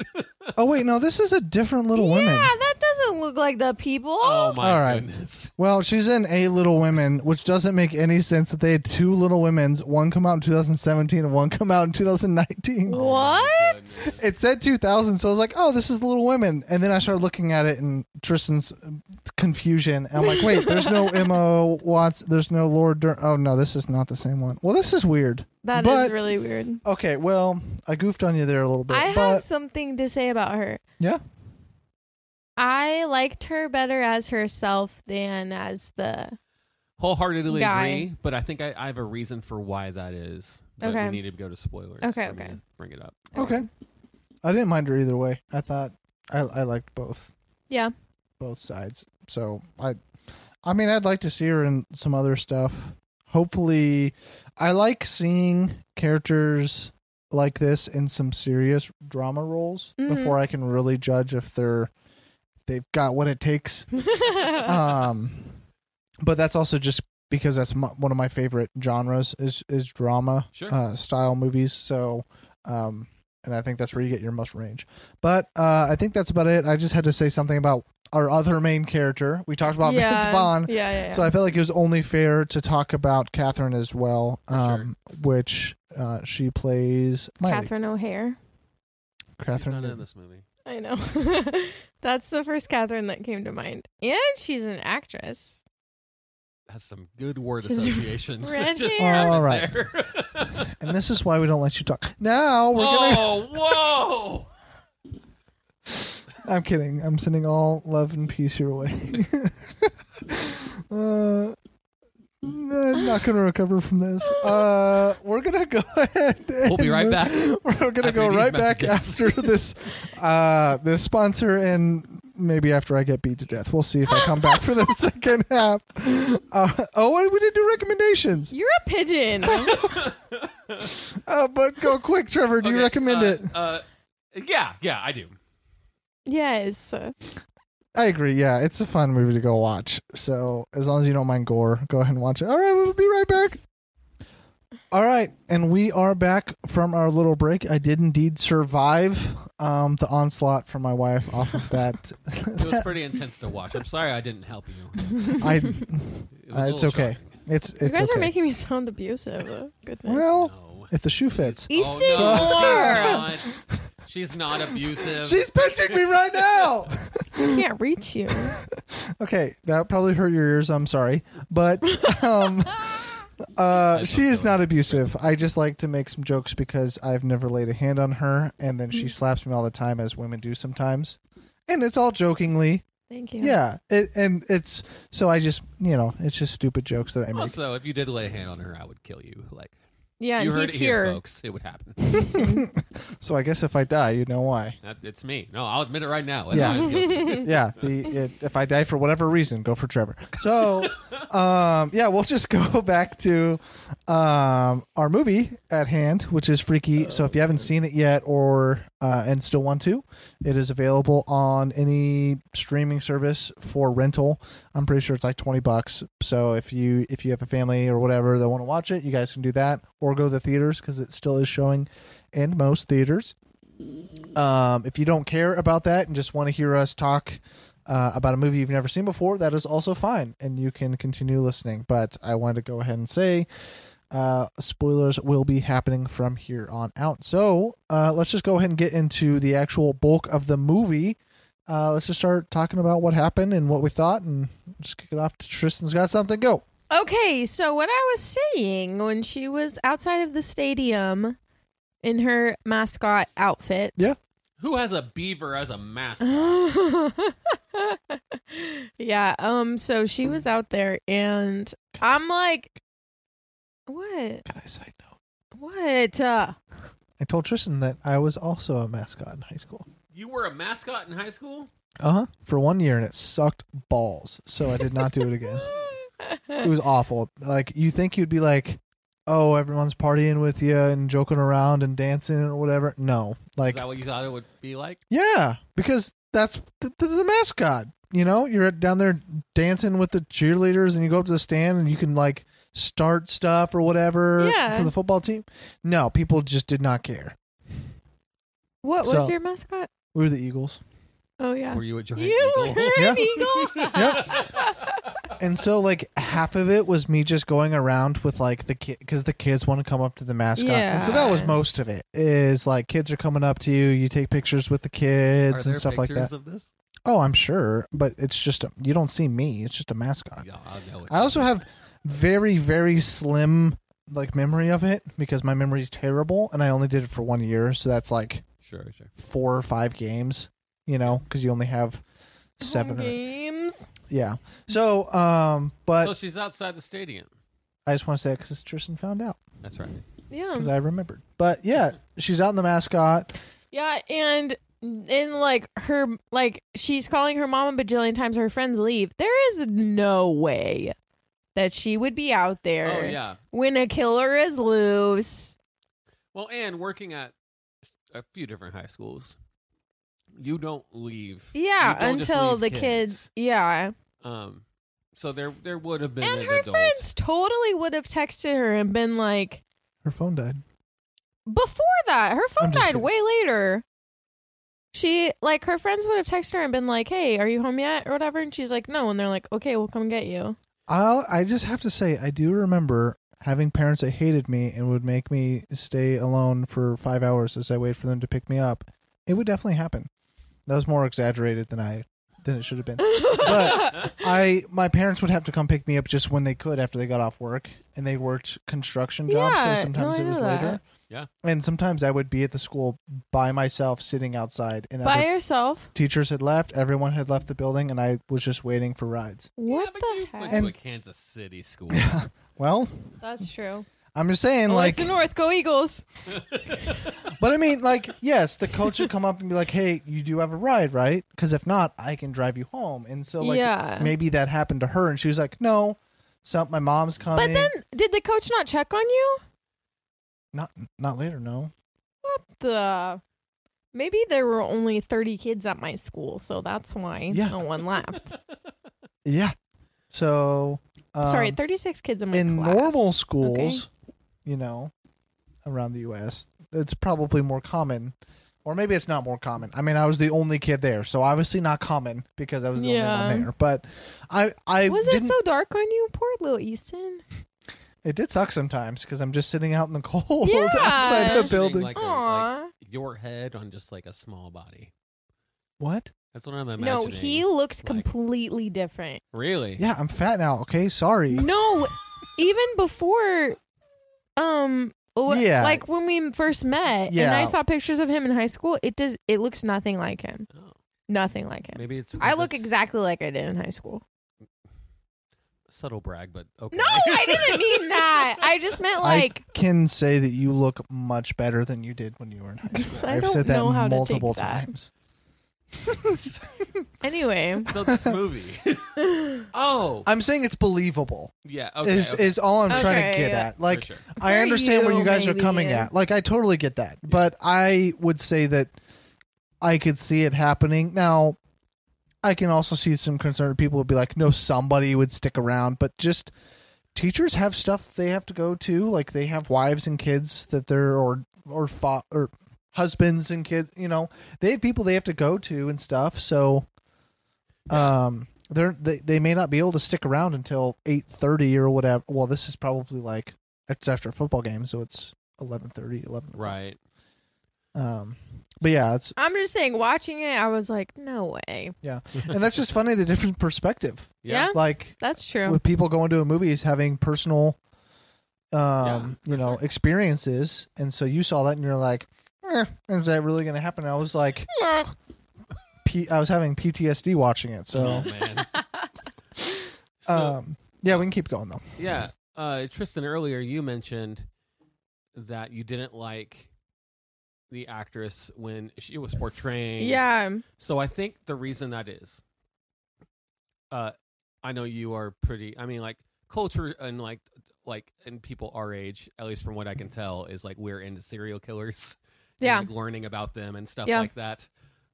Oh wait, no, this is a different Little Um, yeah, Women. that doesn't look like the people. oh my All right. goodness. Well, she's in a Little Women, which doesn't make any sense that they had two Little Women's, one come out in 2017 and one come out in 2019. Oh my What? goodness. It said 2000, so I was like, oh, this is Little Women. And then I started looking at it and Tristan's uh, confusion. And I'm like, wait, there's no Emma Watts. There's no Lord Dur- Oh, no, this is not the same one. Well, this is weird. That is But- really weird. Okay, well, I goofed on you there a little bit. I but have something to say about her. yeah, I liked her better as herself than as the. Wholeheartedly Guy. agree, but I think I, I have a reason for why that is. But Okay. We need to go to spoilers. Okay, for me okay. to Bring it up. okay. I didn't mind her either way. I thought I, I liked both. Yeah. both sides. So I, I mean, I'd like to see her in some other stuff. Hopefully, I like seeing characters like this in some serious drama roles Mhm. before I can really judge if they're if they've got what it takes. um, but that's also just because that's my, one of my favorite genres is is drama Sure. uh, style movies. So. Um, and I think that's where you get your most range. But uh, I think that's about it. I just had to say something about our other main character. We talked about yeah. Vince Vaughn, Yeah, yeah, yeah. so I felt like it was only fair to talk about Catherine as well, For sure. um, which uh, she plays Miley. Catherine O'Hare. She's Catherine not in Newton. this movie. I know. That's the first Catherine that came to mind. And she's an actress. Has some good word She's association. red Just hair. happened All right. there. and this is why we don't let you talk. Now we're gonna. oh, I'm kidding. I'm sending all love and peace your way. uh, I'm not gonna recover from this. Uh, we're gonna go ahead. whoa! We'll be and right move- back. We're gonna After go these right back messages. after this, uh, this sponsor, and maybe after I get beat to death. We'll see if I come back for the second half. Uh, oh, and we did do recommendations, You're a pigeon. uh, but go quick, Trevor. Do you Okay, recommend uh, it? Uh, yeah, yeah, I do. yes. I agree. Yeah, it's a fun movie to go watch. So as long as you don't mind gore, go ahead and watch it. All right, we'll be right back. All right, and we are back from our little break. I did indeed survive um, the onslaught from my wife off of that. It was pretty intense to watch. I'm sorry I didn't help you. I Uh, It was a it's little okay. shocking. it's it's you guys okay. are making me sound abusive. Oh, Goodness. well, No. if the shoe fits. He's oh, saying no, more. she's not. She's not abusive. She's pinching me right now. I can't reach you. Okay, that probably hurt your ears. I'm sorry, but um, uh, That's she is okay. not abusive. I just like to make some jokes because I've never laid a hand on her, and then she slaps me all the time, as women do sometimes, and it's all jokingly. Thank you. Yeah, it, and it's so I just you know it's just stupid jokes that I make. also, if you did lay a hand on her, I would kill you. Like Yeah, you and heard he's it here, here. folks. It would happen. So I guess if I die, you know why. That- It's me. No, I'll admit it right now. Yeah. I'm guilty. yeah, the it, if I die for whatever reason, go for Trevor. So, um, yeah, we'll just go back to um, our movie at hand, which is Freaky. so if you haven't seen it yet, or uh, and still want to, it is available on any streaming service for rental. I'm pretty sure it's like twenty bucks. So if you if you have a family or whatever that want to watch it, you guys can do that, or go to the theaters because it still is showing in most theaters. Um, if you don't care about that and just want to hear us talk uh, about a movie you've never seen before, that is also fine, and you can continue listening. But I wanted to go ahead and say uh, spoilers will be happening from here on out. So uh, let's just go ahead and get into the actual bulk of the movie. Uh, let's just start talking about what happened and what we thought, and just kick it off. to Tristan's got something. Go. Okay, so what I was saying when she was outside of the stadium in her mascot outfit. Yeah. Who has a beaver as a mascot? yeah, um so she was out there and I'm like what? Guys, I know. What? Uh, I told Tristan that I was also a mascot in high school. you were a mascot in high school? Uh huh. For one year, and it sucked balls. So I did not do it again. it was awful. Like you think you'd be like, oh, everyone's partying with you and joking around and dancing or whatever. No, Is like that what you thought it would be like? yeah, because that's the, the, the mascot. You know, you're down there dancing with the cheerleaders, and you go up to the stand, and you can like start stuff or whatever Yeah. for the football team. No, people just did not care. what So- was your mascot? We were the Eagles, Oh yeah. Were you a giant You eagle? were Yeah. an eagle. Yep. and so like half of it was me just going around with like the kid because the kids want to come up to the mascot, and so that was Yeah. most of it. Is like kids are coming up to you, you take pictures with the Are kids there and stuff like pictures that. of this? Oh, I'm sure, but it's just a, you don't see me. It's just a mascot. Yeah, I know. It's I also have very very slim like memory of it because my memory is terrible, and I only did it for one year, so that's like sure, sure. four or five games, you know, because you only have seven. Or, games. yeah. So, um, but so she's outside the stadium. I just want to say that because Tristan found out That's right. Yeah. because I remembered. But yeah, she's out in the mascot. Yeah, and in like her like she's calling her mom a bajillion times her friends leave. There is no way that she would be out there Oh yeah. when a killer is loose. Well, and working at a few different high schools, you don't leave. Yeah, you don't just until leave the kids. yeah. Um, so there there would have been and an her adult. friends totally would have texted her and been like Her phone died. before that, her phone I'm just died kidding. way later. She like her friends would have texted her and been like, "Hey, are you home yet?" or whatever, and she's like, "No," and they're like, "Okay, we'll come get you." I'll, I just have to say, I do remember having parents that hated me and would make me stay alone for five hours as I wait for them to pick me up. It would definitely happen. That was more exaggerated than I than it should have been. But- I my parents would have to come pick me up just when they could after they got off work, and they worked construction jobs, Yeah, no, so sometimes I it know was that. later. Yeah. and sometimes I would be at the school by myself, sitting outside, and other by herself. teachers had left, everyone had left the building, and I was just waiting for rides. Yeah, What but the you heck? went to a Kansas City school. Well, That's true. I'm just saying, Well, like, it's the North. Go Eagles. but I mean, like, yes, the coach would come up and be like, "Hey, you do have a ride, right? Because if not, I can drive you home." And so, like, Yeah. maybe that happened to her, and she was like, "No, so my mom's coming." But then, did the coach not check on you? not not later, no. What the? Maybe there were only 30 kids at my school, so that's why Yeah. no one left. Yeah, so um, Sorry, 36 kids in my in class. normal schools, you know, around the U.S., it's probably more common, or maybe it's not more common. I mean, I was the only kid there, so obviously not common because I was the Yeah. only one there. But I, I Was it didn't. so dark on you? Poor Lil Easton. it did suck sometimes because I'm just sitting out in the cold Yeah. outside the Imagining, building. Like a, like, Aw. your head on just like a small body. What? That's what I'm imagining. No, he looks like- completely different. really. Yeah, I'm fat now. Okay, sorry. No, even before, um, wh- Yeah. like when we first met, and Yeah. I saw pictures of him in high school. It does. It looks nothing like him. Oh, Nothing like him. maybe it's. I look it's exactly like I did in high school. Subtle brag, but okay. No, I didn't mean that. I just meant like I can say that you look much better than you did when you were in high school. I have don't said that know how to take multiple that. times. anyway. so this movie. oh I'm saying it's believable. yeah. Okay. is okay, is all I'm trying to Okay, get yeah. at. Like for sure. I For understand where you, you guys are maybe, coming yeah. at. Like I totally get that. But I would say that I could see it happening. Now I can also see some concerned people would be like, no, somebody would stick around, but just teachers have stuff they have to go to. Like they have wives and kids that they're or or fa- or husbands and kids. You know, they have people they have to go to and stuff. So, um, they're they, they may not be able to stick around until eight thirty or whatever. Well, this is probably like it's after a football game, so it's 11.30, 11 Right. Um, but yeah, it's I'm just saying, watching it, I was like, no way. and that's just funny the different perspective. Yeah. Like That's true. with people going to a movie is having personal um for you know experiences and so you saw that and you're like eh, is that really going to happen i was like P- i was having ptsd watching it Oh so, man. so um yeah we can keep going though yeah, uh, Tristan. Earlier, you mentioned that you didn't like the actress when she was portraying. yeah. So I think the reason that is, uh, I know you are pretty. I mean, like culture and like like and people our age, at least from what I can tell, is like we're into serial killers. and, Yeah. like, learning about them and stuff Yeah. like that.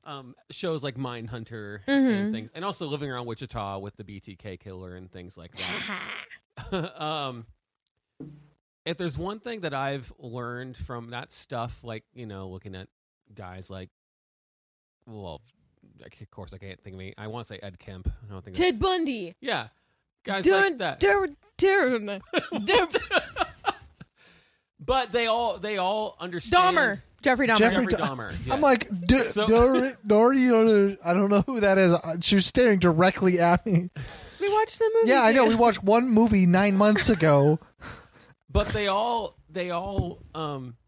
Um, shows like Mindhunter Mhm. and things, and also living around Wichita with the BTK killer and things like that. um, if there's one thing that I've learned from that stuff, like you know, looking at guys like, well, like, of course I can't think of any. I want to say Ed Kemp. I don't think. Ted that's- Bundy. yeah, guys Dun- like that. dun- dun- dun- but they all they all understand. Dahmer. Jeffrey Dahmer. Jeffrey Jeffrey Dah- Dahmer. i'm yes. like D- So- Dor- Dory, Dory- i don't know who that is Uh, she was staring directly at me We watched the movie. yeah i know we dude. watched one movie nine months ago but they all they all um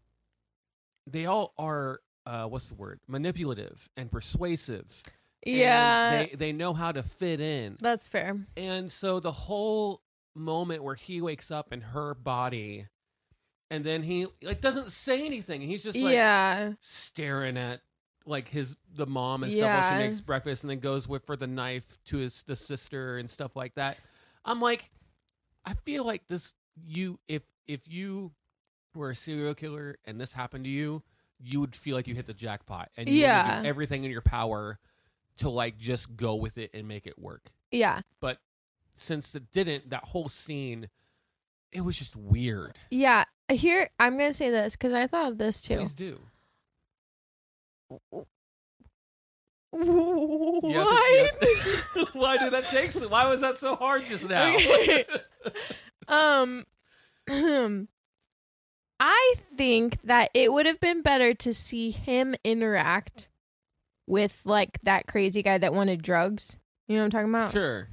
they all are uh what's the word manipulative and persuasive And Yeah. they they know how to fit in that's fair. and so the whole moment where he wakes up in her body and then he like doesn't say anything and he's just like yeah. staring at like his the mom and stuff while Yeah. she makes breakfast and then goes with for the knife to his the sister and stuff like that. I'm like, I feel like this you if if you were a serial killer and this happened to you, you would feel like you hit the jackpot and you Yeah. would do everything in your power to like just go with it and make it work. Yeah. Since it didn't, that whole scene, it was just weird. Yeah. Here, I'm going to say this because I thought of this too. Please do. You have to- you Why? have to- Why did that take so? Why was that so hard just now? Okay. Um, I think that it would have been better to see him interact with like that crazy guy that wanted drugs. You know what I'm talking about? Sure.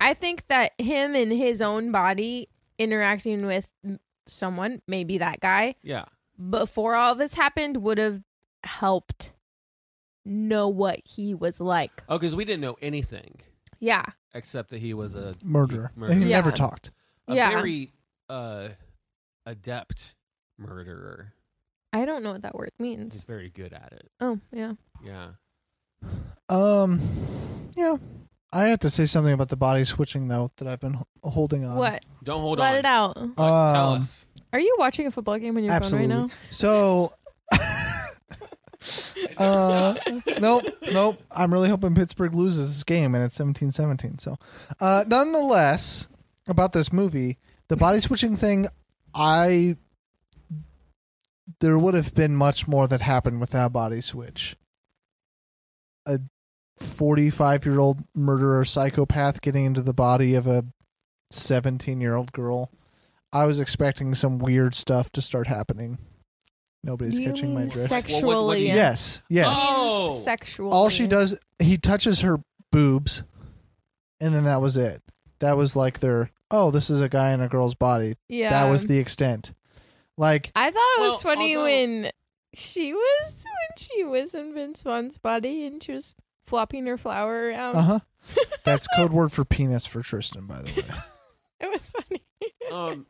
I think that him in his own body interacting with m- someone, maybe that guy, Yeah. before all this happened would have helped know what he was like. Oh, because we didn't know anything Yeah. except that he was a murderer Murderer. he never Yeah. talked a yeah. very uh, adept murderer. I don't know what that word means. He's very good at it. Oh, yeah. Yeah. Um, yeah, I have to say something about the body switching though that I've been h- holding Um, on. what? Don't hold Let on. it out. Uh, Tell Um, us. Are you watching a football game on your Absolutely. phone right So, uh, nope, nope. I'm really hoping Pittsburgh loses this game, and it's 17-17. So, uh, nonetheless, about this movie, the body switching thing, I there would have been much more that happened with that body switch. A 45 year old murderer psychopath getting into the body of a 17 year old girl. I was expecting some weird stuff to start happening. Nobody's Do you catching my mean drift. sexually? Well, what- what do you- Yes, yes. Oh! Sexually. All she does, he touches her boobs, and then that was it. That was like their oh, this is a guy in a girl's body. Yeah. That was the extent. Like I thought it was Well, funny although- when she was when she was in Vince Vaughn's body and she was flopping her flower Oh. around. uh huh. That's code word for penis for Tristan, by the way. It was funny. Um,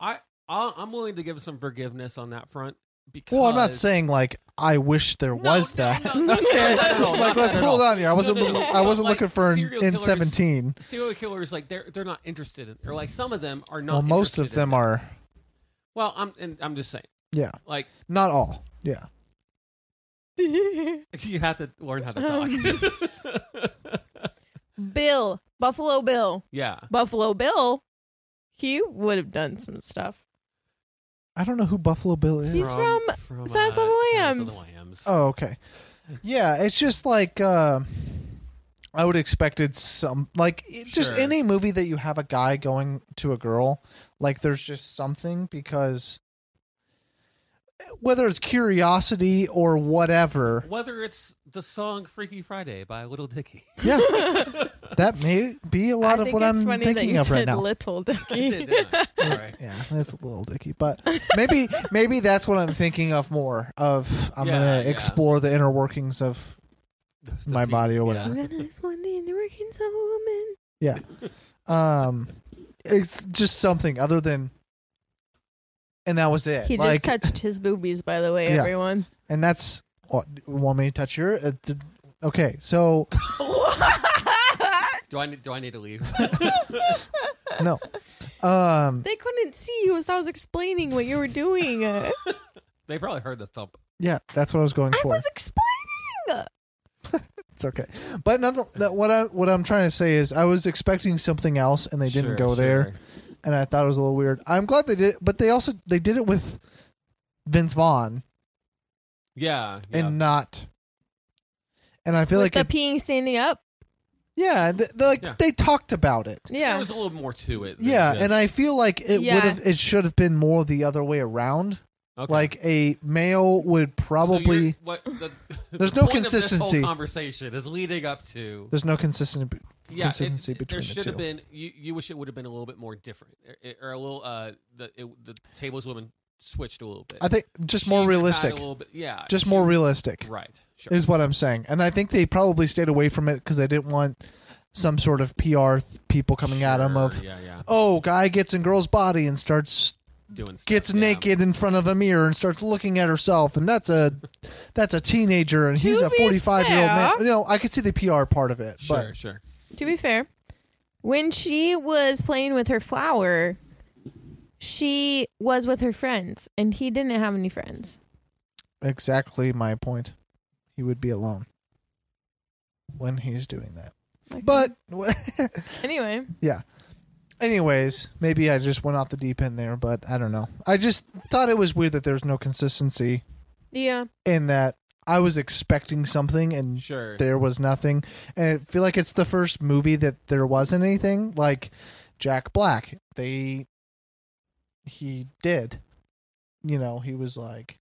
I I'll, I'm willing to give some forgiveness on that front because. Well, I'm not saying like I wish there No, was no, that. no, no, no, okay, not at all, like not let's at hold all. on here. I wasn't no, no, looking, no. I wasn't Like, looking for an, serial in killers- 17. serial killers like they're they're not interested in, or like some of them are not. Well, most interested of them in that. are. Well, I'm and I'm just saying, Yeah, like not all. Yeah. you have to learn how to Oh, talk. Bill, Buffalo Bill, yeah, Buffalo Bill. He would have done some stuff. I don't know who Buffalo Bill is. He's from Silence of the Silence uh, of Lambs. Lambs. Oh, okay. Yeah, it's just like uh, I would expected some like it, just Sure. any movie that you have a guy going to a girl, like there's just something because whether it's curiosity or whatever, Whether it's the song "Freaky Friday" by Little Dicky. yeah, that may be a lot of I think what it's I'm funny that thinking you of right said now. Little I Dicky. did, didn't I? Sorry. yeah, that's a little dicky, but maybe maybe that's what I'm thinking of more. Of I'm Yeah, gonna yeah. explore the inner workings of The- the My theme, body or yeah. whatever. I'm gonna explain the inner workings of a woman. um it's just something other than and that was it He like just touched his boobies, by the way, Yeah. everyone. and that's what want me to touch your uh, th- okay so Do I need, do I need to leave? no um They couldn't see you as I was explaining what you were doing. I they probably heard the thump. yeah that's what i was going for was explaining. it's okay but none, that what i what i'm trying to say is i was expecting something else and they didn't Sure, go there sure. and i thought it was a little weird i'm glad they did but they also they did it with vince vaughn Yeah, yeah. and not and i feel With like it, the peeing standing up. yeah th- they, like Yeah. they talked about it there Yeah. was a little more to it. than Yeah, just- and I feel like it Yeah. would have it should have been more the other way around. okay. Like a male would So you're- probably what the, There's the no point of this whole consistency. conversation is leading up to there's no consistent yeah, it- consistency between there the should have two. been. You, you wish it would have been a little bit more different, or, or a little. Uh, the it, the tables women switched a little bit. I think just She more had realistic. A little bit, yeah, Just she- more realistic Right. Sure. is what I'm saying. And I think they probably stayed away from it cuz they didn't want some sort of PR th- people coming at them Sure, of yeah, yeah, oh, guy gets in girl's body and starts doing stuff, gets yeah. naked in front of a mirror and starts looking at herself and that's a that's a teenager and To he's a be 45-year-old man. fair- You know, I could see the PR part of it, Sure, but sure. To be fair, when she was playing with her flower, she was with her friends, and he didn't have any friends. exactly my point. He would be alone when he's doing that. Okay. But anyway, anyways, maybe I just went off the deep end there, but I don't know. I just thought it was weird that there's no consistency yeah, in that I was expecting something and Sure. there was nothing. And I feel like it's the first movie that there wasn't anything like Jack Black. They he did. You know, he was like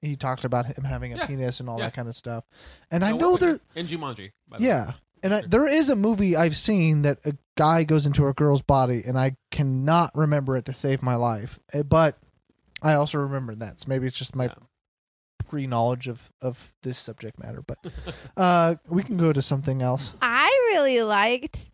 he talked about him having a Yeah. penis and all Yeah. that kind of stuff. And I No, know what- there in Jumanji. By the way. Yeah. And I, Sure. there is a movie I've seen that a guy goes into a girl's body, and I cannot remember it to save my life. Eh, But I also remember that. So maybe it's just my Yeah. pre knowledge of, of this subject matter. But uh, we can go to something else. I really liked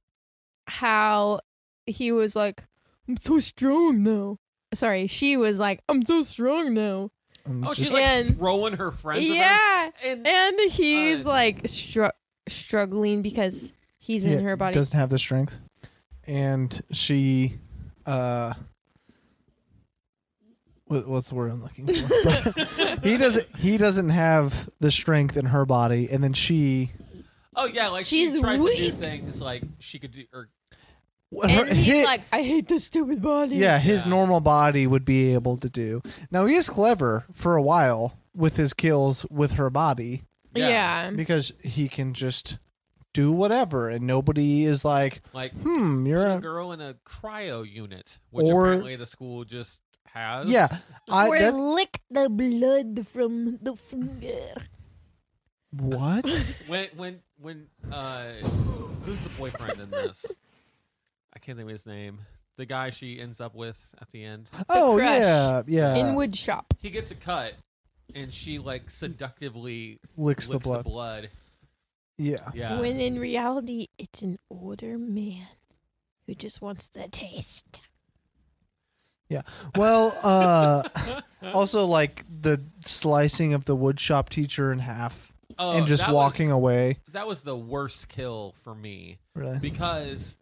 how he was like, "I'm so strong now." Sorry, she was like, "I'm so strong now." I'm Oh, she's Um, just- like And- throwing her friends. yeah, Around. And and he's Uh, like stru- struggling because he's yeah, in her body. doesn't have the strength. And she. Uh, what, what's the word I'm looking for? he doesn't. He doesn't have the strength in her body, and then she oh yeah, like she She's tries to do weak. things like she could do. Or, her- and he's hi- like, "I hate this stupid body." Yeah, his Yeah. normal body would be able to do. Now he is clever for a while with his kills with her body yeah. Mm-hmm. because he can just do whatever and nobody is like, Like "Hmm, you're a a girl in a cryo unit, which Or- apparently the school just has. Yeah, I or that, lick the blood from the finger. what? When when when uh, who's the boyfriend in this? I can't think of his name. The guy she ends up with at the end. oh crush. yeah, yeah. in wood shop. He gets a cut, and she like seductively licks, licks the blood. Yeah. Yeah. When in reality, it's an order man. Who just wants the taste? Well, uh also like the slicing of the woodshop teacher in half Oh, and just that walking Was, away. that was the worst kill for me Really? because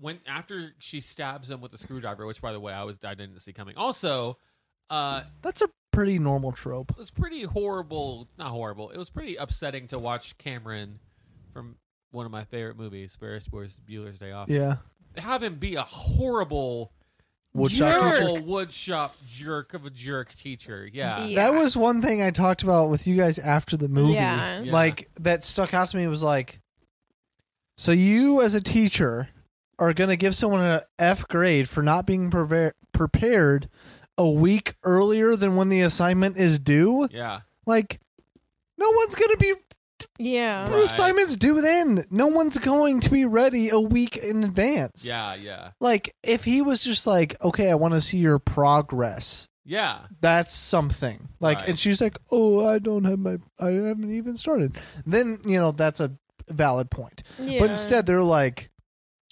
when after she stabs him with the screwdriver, which by the way I was I didn't see coming. Also, uh, That's a pretty normal trope. it was pretty horrible. Not horrible. It was pretty upsetting to watch Cameron from one of my favorite movies, Ferris Bueller's Day Off. Yeah. Have him be a horrible, Woodshop teacher. terrible woodshop jerk of a jerk teacher. Yeah. Yeah. That was one thing I talked about with you guys after the movie. Yeah. Yeah. Like that stuck out to me was like so you as a teacher are going to give someone an F grade for not being prever- prepared a week earlier than when the assignment is due? Yeah. Like no one's going to be Yeah. Right. assignments due then. No one's going to be ready a week in advance. Yeah. Yeah. Like if he was just like, okay, I want to see your progress. Yeah. That's something. Like, Right. and she's like, oh, I don't have my, I haven't even started. Then you know that's a valid point. yeah. But instead, they're like,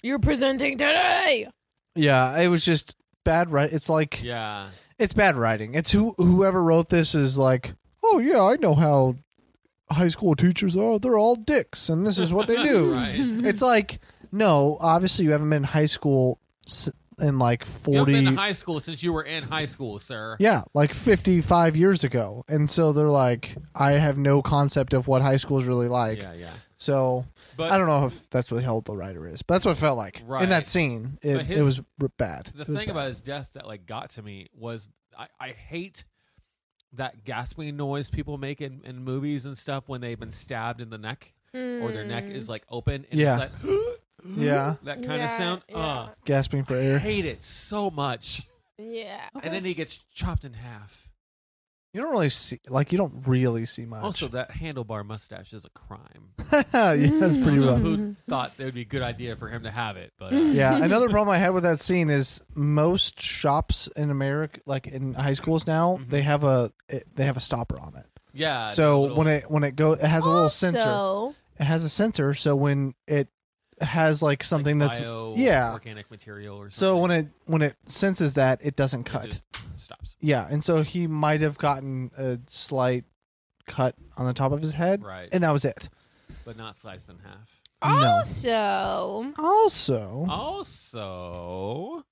you're presenting today. yeah, it was just bad. Right? It's like Yeah. it's bad writing. It's who whoever wrote this is like, oh yeah, I know how high school teachers are. They're all dicks, and this is what they do. Right. it's like no obviously you haven't been in high school s- in like You haven't 40 been in high school since you were in high school, sir. yeah like 55 years ago and so they're like i have no concept of what high school is really like Yeah. yeah. so But i don't know if that's what hell the writer is but that's what it felt like in Right. that scene it, But his- it was r- bad the It was thing bad. about his death that like got to me was I, I hate that gasping noise people make in, in movies and stuff when they've been stabbed in the neck Hmm. or their Mm. neck is like open and Yeah. it's like yeah that kind of Yeah, sound. yeah. Uh, gasping for air hate it so much. Yeah. And then he gets chopped in half. you don't really see like you don't really see much Also, that handlebar mustache is a crime. yeah that's pretty rough Mm. Hmm. Who thought it would be a good idea for him to have it? But uh, yeah another problem i had with that scene is most shops in america like in high schools now Mm-hmm. they have a it, they have a stopper on it yeah. so the little- when it when it go it has a little sensor Also, it has a sensor so when it has like it's like something that's bio yeah organic material or something. so when it when it senses that it doesn't it cut just stops. yeah and so he might have gotten a slight cut on the top of his head Right. and that was it but not sliced in half. no also, also Oh, Also,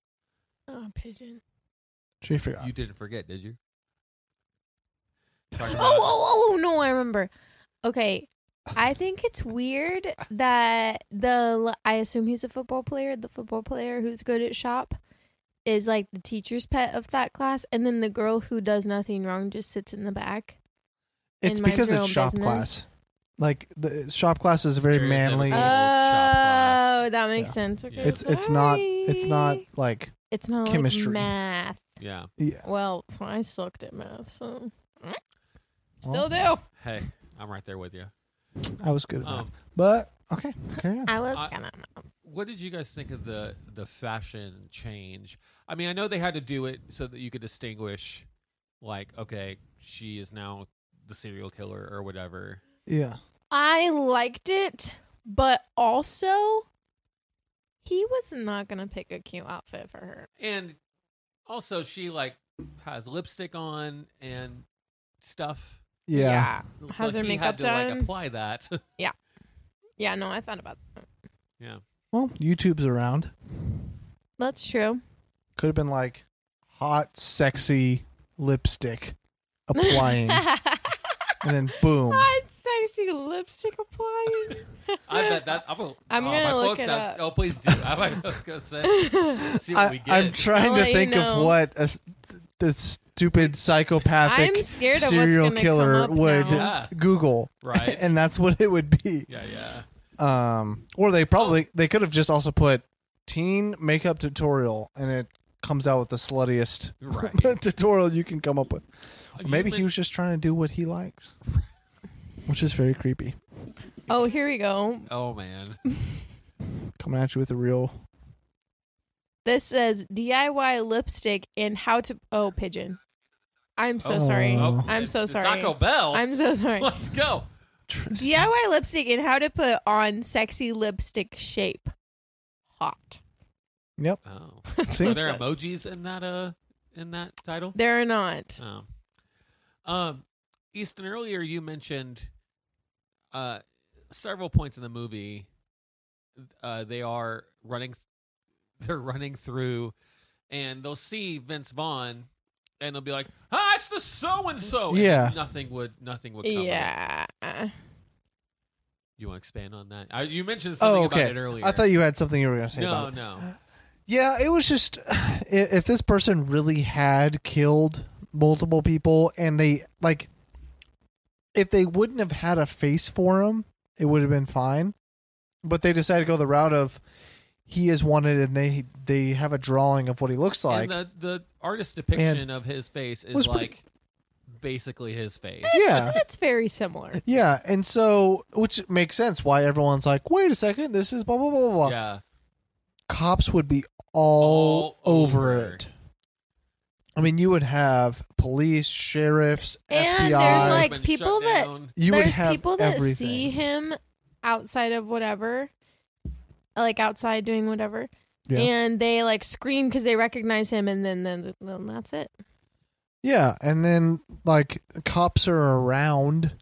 oh, pigeon. she forgot You didn't forget, did you? Oh, oh, oh, no, I remember. Okay. I think it's weird that the I assume he's a football player, the football player who's good at shop is like the teacher's pet of that class and then the girl who does nothing wrong just sits in the back. it's in my because it's drill shop business. class like the shop class is a very manly Stereotypical. Oh, class. that makes Yeah. sense. Okay. it's it's not it's not sorry. like it's not like chemistry. math. Yeah. yeah Well, I sucked at math, so Well. still do. Hey, I'm right there with you. I was good at that. Um, But okay, carry on. I was I- gonna what did you guys think of the the fashion change? I mean, I know they had to do it so that you could distinguish, like, okay, she is now the serial killer or whatever. Yeah, I liked it, but also he was not gonna pick a cute outfit for her. And also, she like has lipstick on and stuff. yeah. Looks Has like her he had makeup to done? like apply that. Yeah, no, I thought about that. yeah. Well, YouTube's around. That's true. Could have been like hot, sexy lipstick applying, and then boom. Hot, sexy lipstick applying. I bet that I'm gonna, I'm oh, gonna my look phone it stops. up. Oh, please do. I was gonna say, let's see what we I, get. I'm trying I'll to let you think of know. what a, s- the stupid psychopathic I'm scared of what's serial gonna killer come up would now. Yeah. Google, right? and that's what it would be. yeah, yeah. Oh. Um, or they probably they could have just also put teen makeup tutorial, and it comes out with the sluttiest Right. tutorial you can come up with. You Maybe men- he was just trying to do what he likes, which is very creepy. Oh, here we go. Oh man. Coming at you with a real. This says DIY lipstick and how to. Oh, pigeon. I'm so Oh. sorry. Oh. I'm so It's sorry. Taco Bell. I'm so sorry. Let's go. Tristan. DIY lipstick and how to put on sexy lipstick shape. Hot. Yep. Oh. Are See? there emojis in that uh in that title? They're not. Oh. Um, Easton, earlier you mentioned uh, several points in the movie. Uh, they are running, they're running through, and they'll see Vince Vaughn, and they'll be like, "Ah, it's the so and so." Yeah. nothing would, nothing would. Come of it. Yeah. you want to expand on that? I, you mentioned something oh, okay. about it earlier. I thought you had something you were going to say about no, it. no, Yeah, it was just i- if this person really had killed multiple people and they like if they wouldn't have had a face for him, it would have been fine. But they decided to go the route of he is wanted and they they have a drawing of what he looks like. and the the artist depiction of his face is was like pretty- basically his face. yeah. That's very similar. Yeah, and so which makes sense why everyone's like, "Wait a second, this is blah blah blah blah." blah. yeah. cops would be all, All over, over. it. I mean, you would have police, sheriffs, FBI. And there's, like, Been people shut that- down. you would There's have people that everything. see him outside of whatever, like outside doing whatever, Yeah. and they like scream because they recognize him, and then then, then that's it. Yeah, and then like cops are around,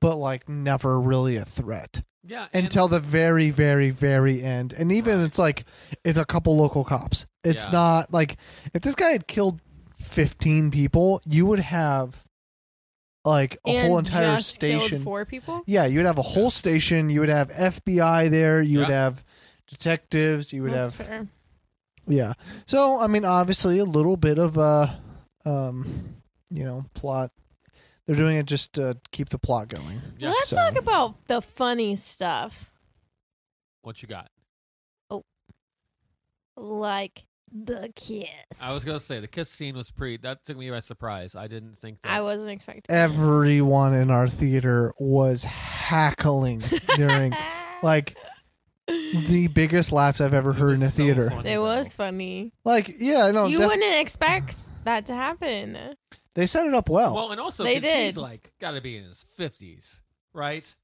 but like never really a threat yeah, and- until the very, very, very end. And even Right. it's like it's a couple local cops. It's Yeah. not like if this guy had killed fifteen people, you would have like a and whole entire just killed station four people. Yeah, you would have a whole station. You would have FBI there. You would Yeah. have detectives. You would that's have fair. yeah. So I mean, obviously, a little bit of a, um, you know, plot. They're doing it just to keep the plot going. yeah. Let's so- talk about the funny stuff, What you got? like the kiss. I was gonna say the kiss scene was pretty. That took me by surprise. I didn't think that. I wasn't expecting Everyone in our theater was hackling during like the biggest laughs I've ever It heard was in a so theater. funny, It though. was funny. Like, yeah, no, you Oh, def- wouldn't expect that to happen. they set it up well. Well, and also They 'cause did. he's like got to be in his fifties, right?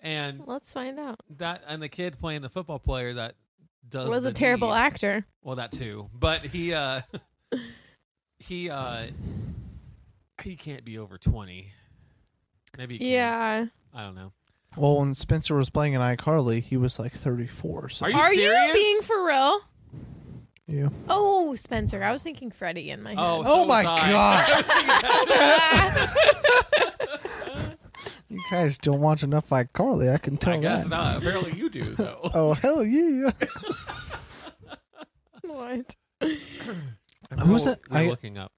And Let's find out. that and the kid playing the football player that does was the a terrible deed- actor. Well, that too, but he uh he uh he can't be over twenty. Maybe he can. Yeah. I don't know. Well, when Spencer was playing in iCarly, he was like 34. So Are you Are serious? you being for real? yeah. Oh, Spencer. I was thinking Freddie in my head. Oh, Oh so my was I. God. I was thinking that too. You guys don't watch enough like Carly, I can tell I guess that. not. Apparently, you do though. Oh hell yeah! what? I Who's that- forgot what we I- were looking up.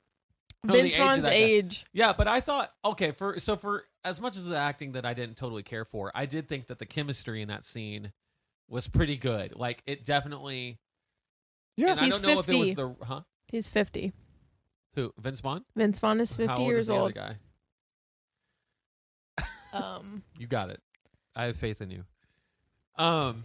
Oh, the Vince age of Vaughn's that guy. age. Yeah, but I thought okay for so for as much as the acting that I didn't totally care for, I did think that the chemistry in that scene was pretty good. Like it definitely. Yeah. and I He's don't know if 50. it was the huh He's 50. who Vince Vaughn. Vince Vaughn is 50 How old years is the old. Other guy. Um, You got it. I have faith in you. Um,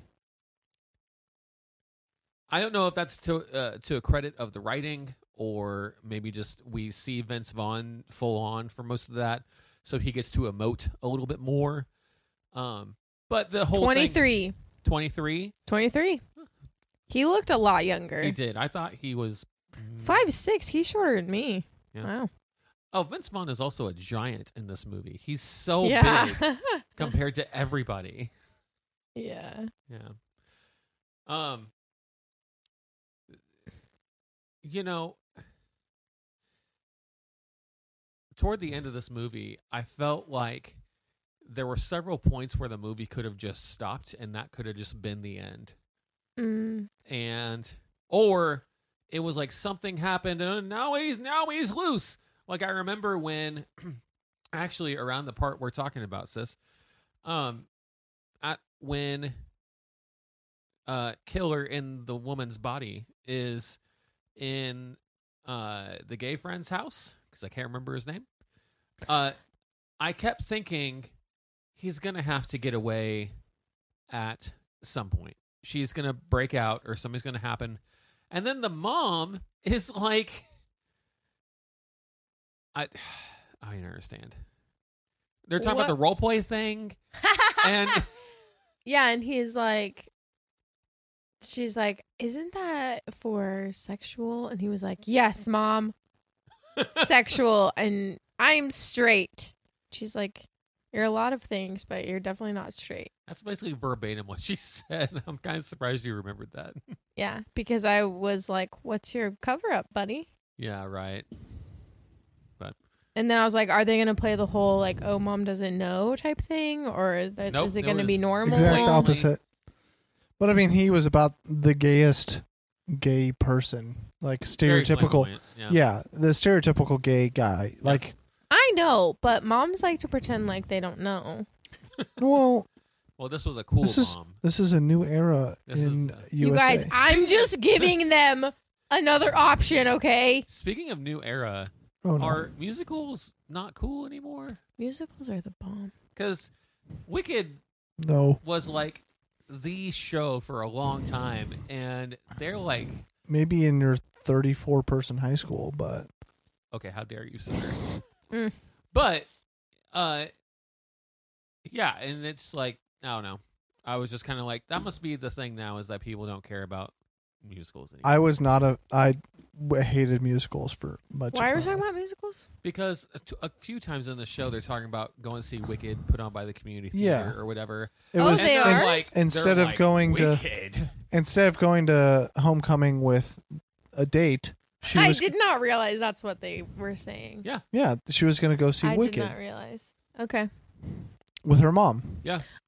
I don't know if that's to uh, to a credit of the writing or maybe just we see Vince Vaughn full on for most of that, so he gets to emote a little bit more. Um, but the whole 23. twenty three, 23. He looked a lot younger. he did. I thought he was Five six. He's shorter than me. Yeah. Wow. Oh, Vince Vaughn is also a giant in this movie. He's so yeah. big compared to everybody. yeah. Yeah. Um you know toward the end of this movie, I felt like there were several points where the movie could have just stopped and that could have just been the end. Mm. And or it was like something happened and now he's now he's loose. Like I remember when actually around the part we're talking about, sis. Um at when uh killer in the woman's body is in uh, the gay friend's house because I can't remember his name. Uh, I kept thinking he's gonna have to get away at some point. She's gonna break out or something's gonna happen, and then the mom is like, I, I don't understand. They're talking about What? the role play thing, and yeah, and he's like, she's like, isn't that for sexual? And he was like, yes, mom, sexual, and I'm straight. She's like, you're a lot of things, but you're definitely not straight. that's basically verbatim what she said. I'm kind of surprised you remembered that. Yeah, because I was like, what's your cover up, buddy? Yeah, right. And then I was like, are they going to play the whole like, oh, mom doesn't know type thing? Or is that, Nope, is it it going to be was normal? Exact Blatantly. opposite. But I mean, he was about the gayest gay person, like Very stereotypical. flamboyant, Yeah. Yeah. the stereotypical gay guy. Like, I know, but moms like to pretend like they don't know. well, Well, this was a cool This is- mom. this is a new era This is in the- USA. You guys, I'm just giving them another option, okay? Speaking of new era, oh, no. are musicals not cool anymore? Musicals are the bomb. Because Wicked no, was like the show for a long time, and they're like, maybe in your 34 person high school, but okay, how dare you, sir? Mm. But, uh, yeah, and it's like, I don't know. I was just kind of like, that must be the thing now is that people don't care about musicals anymore. I was not a. I w- hated musicals for much. Why of are we my talking life. about musicals? because a, t- a few times in the show they're talking about going to see Wicked put on by the community Yeah. theater or whatever. It Oh, was they they're ins- are? like- they're instead of like, going to Wicked. instead of going to homecoming with a date, she I was did not realize that's what they were saying. Yeah, yeah she was going to go see I did Wicked not realize. Okay. with her mom,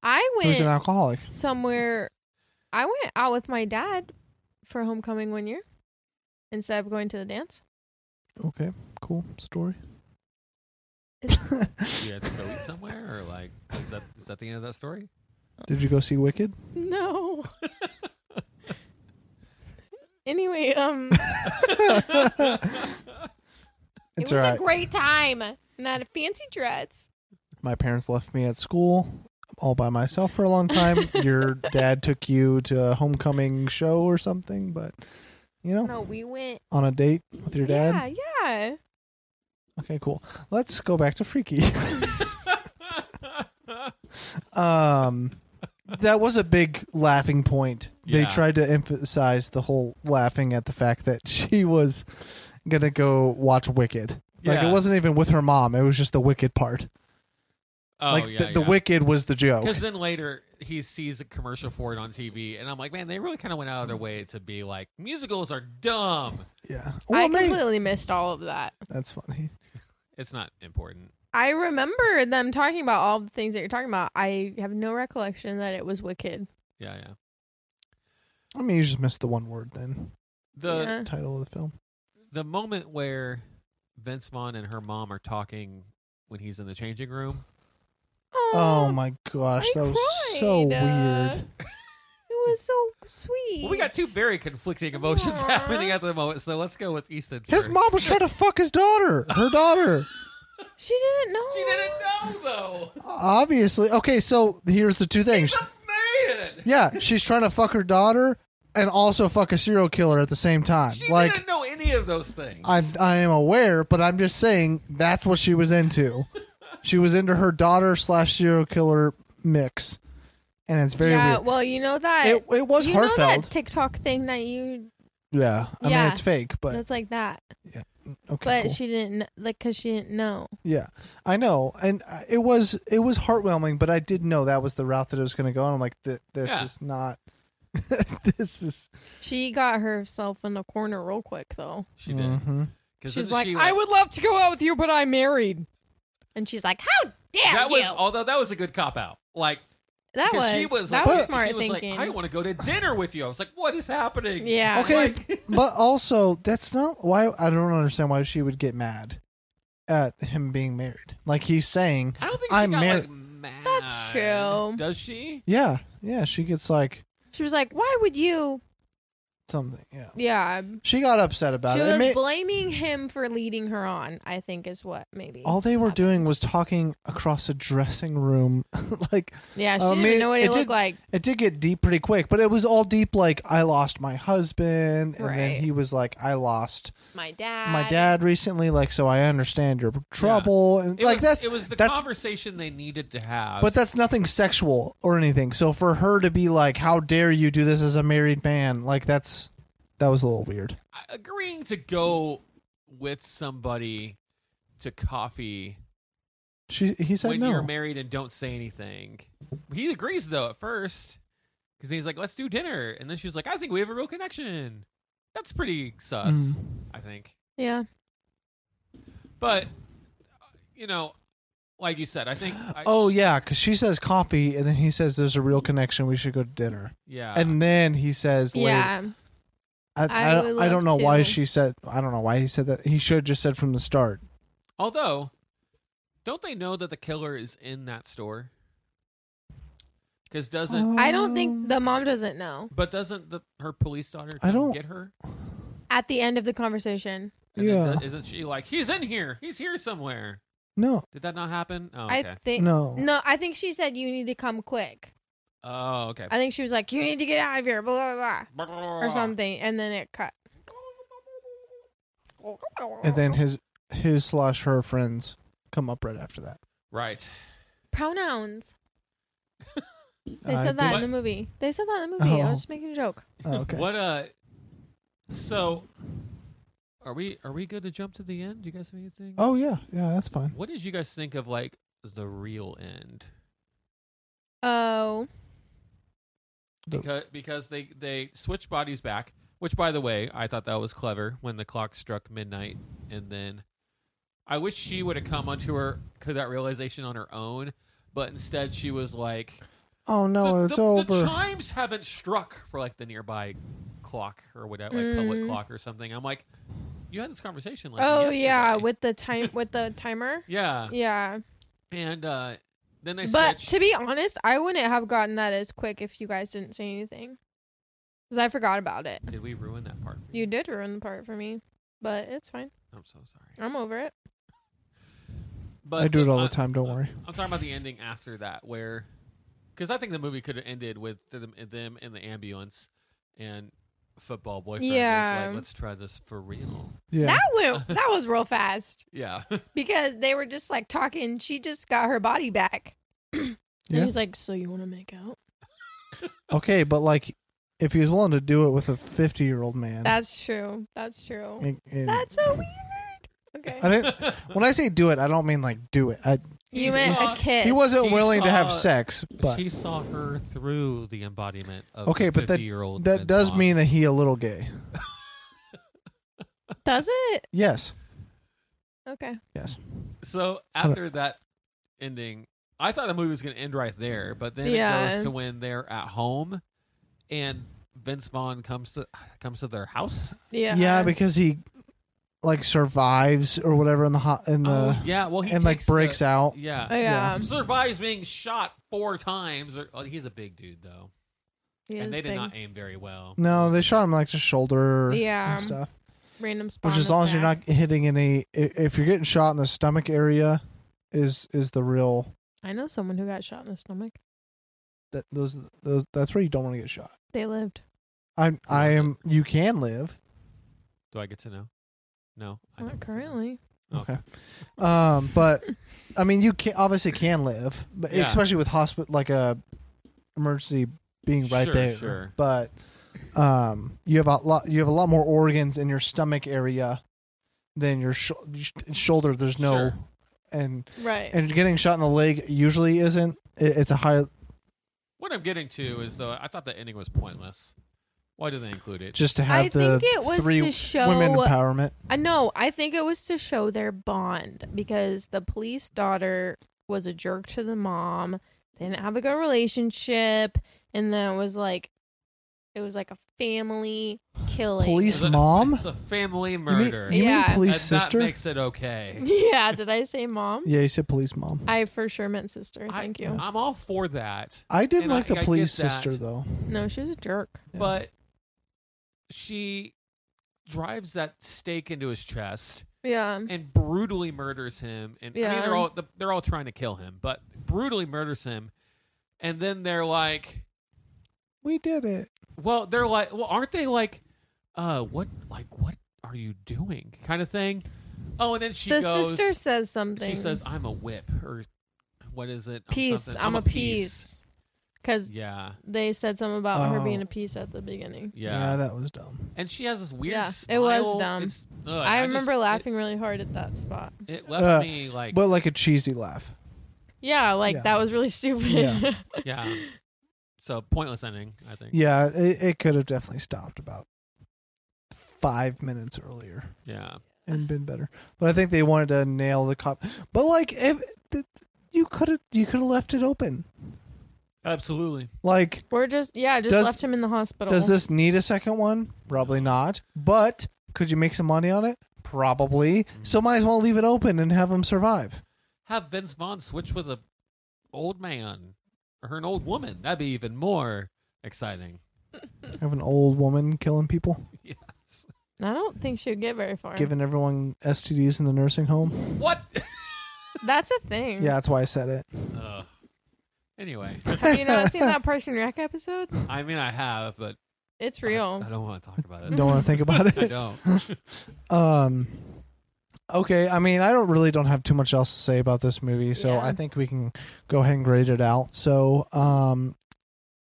I who's an went alcoholic. somewhere. I went out with my dad for homecoming one year instead of going to the dance. Okay, cool story. you had to go eat somewhere, or like, is that is that the end of that story? Did you go see Wicked? No. anyway, um, It's it was all right. a great time. And I had a fancy dress. my parents left me at school all by myself for a long time. Your dad took you to a homecoming show or something, but you know, No, we went. on a date with Oh. your dad. Yeah, yeah. Okay, cool. Let's go back to Freaky. Um, that was a big laughing point. They Yeah. tried to emphasize the whole laughing at the fact that she was gonna go watch Wicked. Like Yeah. it wasn't even with her mom. It was just the Wicked part. oh, like yeah, the, the Wicked was the joke. Because then later he sees a commercial for it on TV, and I'm like, man, they really kind of went out of their way to be like, musicals are dumb. Yeah. Well, I maybe completely missed all of that. that's funny. It's not important. I remember them talking about all the things that you're talking about. I have no recollection that it was wicked. Yeah, yeah. I mean, you just missed the one word then. The Yeah. Title of the film. the moment where Vince Vaughn and her mom are talking when he's in the changing room. Oh Aw, my gosh, I that was so cried, uh, weird. It was so sweet. Well, we got two very conflicting emotions Aw. happening at the moment, so let's go with Easton. His first. mom was trying to fuck his daughter. Her daughter. She didn't know. She didn't know though. Obviously. Okay, so here's the two things. He's a man. Yeah, she's trying to fuck her daughter and also fuck a serial killer at the same time. She like didn't know any of those things. I I am aware, but I'm just saying that's what she was into. she was into her daughter slash serial killer mix, and it's very yeah, weird. well, you know that It it was you know that heartfelt. TikTok thing that you yeah, I Yeah. mean it's fake, but that's like that, okay. but cool. she didn't kn- like because she didn't know. Yeah, I know, and uh, it was it was heartwarming, but I did know that was the route that it was going to go, and I'm like, "Th- this Yeah. is not. this is. She got herself in a corner real quick though. she did. Mhm. because She's like, I would love to go out with you, but I'm married. And she's like, How dare That you? was although that was a good cop out. Like that because was she was that like, was smart she was thinking. like, I want to go to dinner with you. I was like, what is happening? yeah. Okay, Like- but also that's not why I don't understand why she would get mad at him being married. Like he's saying, I don't think she I'm got married. like mad. That's true. Does she? yeah, yeah, she gets like, She was like, Why would you something. Yeah, Yeah, I'm- she got upset about she it. It was may- blaming him for leading her on. I think is what maybe. all they were happened. doing was talking across a dressing room. like Yeah, she Uh, didn't me- even know what it he looked did- like. it did get deep pretty quick, but it was all deep. Like I lost my husband, and Right. then he was like, I lost My dad. my dad recently. Like so, I understand your trouble, and It like was, that's it was the that's conversation they needed to have. But that's nothing sexual or anything. So for her to be like, "How dare you do this as a married man?" Like that's that was a little weird. I- agreeing to go with somebody to coffee She he said when no. you're married and don't say anything. He agrees though at first because he's like, "Let's do dinner," and then she's like, "I think we have a real connection." That's pretty sus, Mm. I think. Yeah. But uh, you know, like you said, I think. I, oh yeah, because she says coffee, and then he says there's a real connection. We should go to dinner, yeah, and then he says, later- Yeah. I, I I, don't- would I don't love know why to. she said. I don't know why he said that. He should have just said from the start. although, don't they know that the killer is in that store? Because doesn't Oh. I don't Um, think the mom doesn't know. but doesn't the her police daughter I come don't- get her? At the end of the conversation, And then Yeah. the- isn't she like he's in here? He's here somewhere. No, Did that not happen? Oh, okay. I think no, No, I think she said you need to come quick. oh, okay. I think she was like, "You need to get out of here," blah blah blah, Ah. or something, and then it cut. And then his his slash her friends come up right after that. Right. Pronouns. They I said that did- in the movie. They said that in the movie. I Oh. was just making a joke. Oh, okay. What uh so are we are we good to jump to the end? Do you guys have anything? Oh yeah, yeah, that's fine. What did you guys think of like the real end? Oh, The- Because because they they switch bodies back, which by the way, I thought that was clever when the clock struck midnight and then I wish she would have come onto her to that realization on her own, but instead she was like Oh no, the, it's the, over. The chimes haven't struck for like the nearby clock or whatever, like public clock or something. I'm like, you had this conversation like Mm. oh yeah, yesterday." with the time with the timer. yeah, Yeah, and uh, then they but switch. to be honest, I wouldn't have gotten that as quick if you guys didn't say anything, because I forgot about it. Did we ruin that part? You did ruin the part for me, but it's fine. I'm so sorry. I'm over it. But I do it all I- the time. Don't worry. I'm talking about the ending after that, where because I think the movie could have ended with them, them in the ambulance and football boyfriend. is Yeah. like, let's try this for real. Yeah. That went. that was real fast. Yeah, because they were just like talking. She just got her body back. Yeah. And he's like, "So you want to make out?" Okay, but like, if he was willing to do it with a fifty-year-old man, That's true. That's true. it- it- That's so weird. Okay, I didn't, when I say do it, I don't mean like do it. I, you meant saw- a kiss. he wasn't He willing to have saw- sex, but she saw her through the embodiment of okay, a but that year old. that does mean that he a little gay. Does it? Yes, Okay. yes. So after that ending, I thought the movie was going to end right there, but then it Yeah. goes to when they're at home, and Vince Vaughn comes to comes to their house. Yeah. Yeah. because he like survives or whatever in the hot in the oh, yeah, well, he Uh, and like takes the- breaks out. Yeah, Oh, yeah. survives being shot four times. Or, oh, he's a big dude though, He is and they did big. not aim very well. No, they shot him like the shoulder. Yeah. and stuff. Random spot. Which, in as the long as you're back. not hitting any, i- if you're getting shot in the stomach area, is is the real I know someone who got shot in the stomach. that those those that's where you don't want to get shot. They lived. I'm I am. You can live. Do I get to know? No, I don't Not get to know. currently. Okay. Um, but I mean, you can obviously can live, but Yeah. especially with hospital like a emergency being right Sure, there. sure. But um, you have a lot. You have a lot more organs in your stomach area than your sh- shoulder. There's no Sure. and Right. and getting shot in the leg usually isn't. It, it's a high. What I'm getting to is though, I thought the ending was pointless. Why did they include it? Just to have I the think it was three to show women empowerment. I know. I think it was to show their bond because the police daughter was a jerk to the mom. They didn't have a good relationship, and then it was like, it was like a family killing. Police- It's a- mom? It's a family You mean- murder. You mean, Yeah. police and sister? That makes it okay. yeah. Did I say mom? yeah, you said police mom. I for sure meant sister. Thank I, you. I'm all for that, I didn't and I- like I the get police that. sister though. No, she was a jerk. Yeah. but she drives that stake into his chest Yeah. and brutally murders him. And I mean, Yeah. they're all they're all trying to kill him, but brutally murders him. And then they're like, We did it. well, they're like, well, aren't they like, uh, what, like, what are you doing, kind of thing. Oh, and then she the goes. sister says something. She says, "I'm a whip," or what is it? I'm "Peace. something. I'm, a peace." Because Yeah, they said something about her Oh. being a piece at the beginning. yeah, that was dumb. And she has this weird. Yeah, smile. it was dumb. It's- ugh, I, just- remember it- laughing really hard at that spot. It, left Uh, me like, But like a cheesy laugh. Yeah, like Yeah. that was really stupid. Yeah. yeah. So pointless ending, I think. Yeah. Yeah, it, it could have definitely stopped about five minutes earlier and been better. But I think they wanted to nail the cop. But like, if th- you could have, you could have left it open. absolutely. Like, We're just yeah, just Does- left him in the hospital. Does this need a second one? Probably not. But could you make some money on it? Mm. Probably. So might as well leave it open and have them survive. Have Vince Vaughn switch with a old man or an old woman. That'd be even more exciting. Have an old woman killing people, Yes. I don't think she'd get very far. giving everyone STDs in the nursing home. What? That's a thing. Yeah, that's why I said it. Uh, Ugh. Anyway, you know, seen that Parks and Rec episode? I mean, I have, but It's I- real. I, don't want to talk about it. Don't want to think about I it. don't. Um. Okay, I mean, I don't really don't have too much else to say about this movie, so Yeah. I think we can go ahead and grade it out. So, um,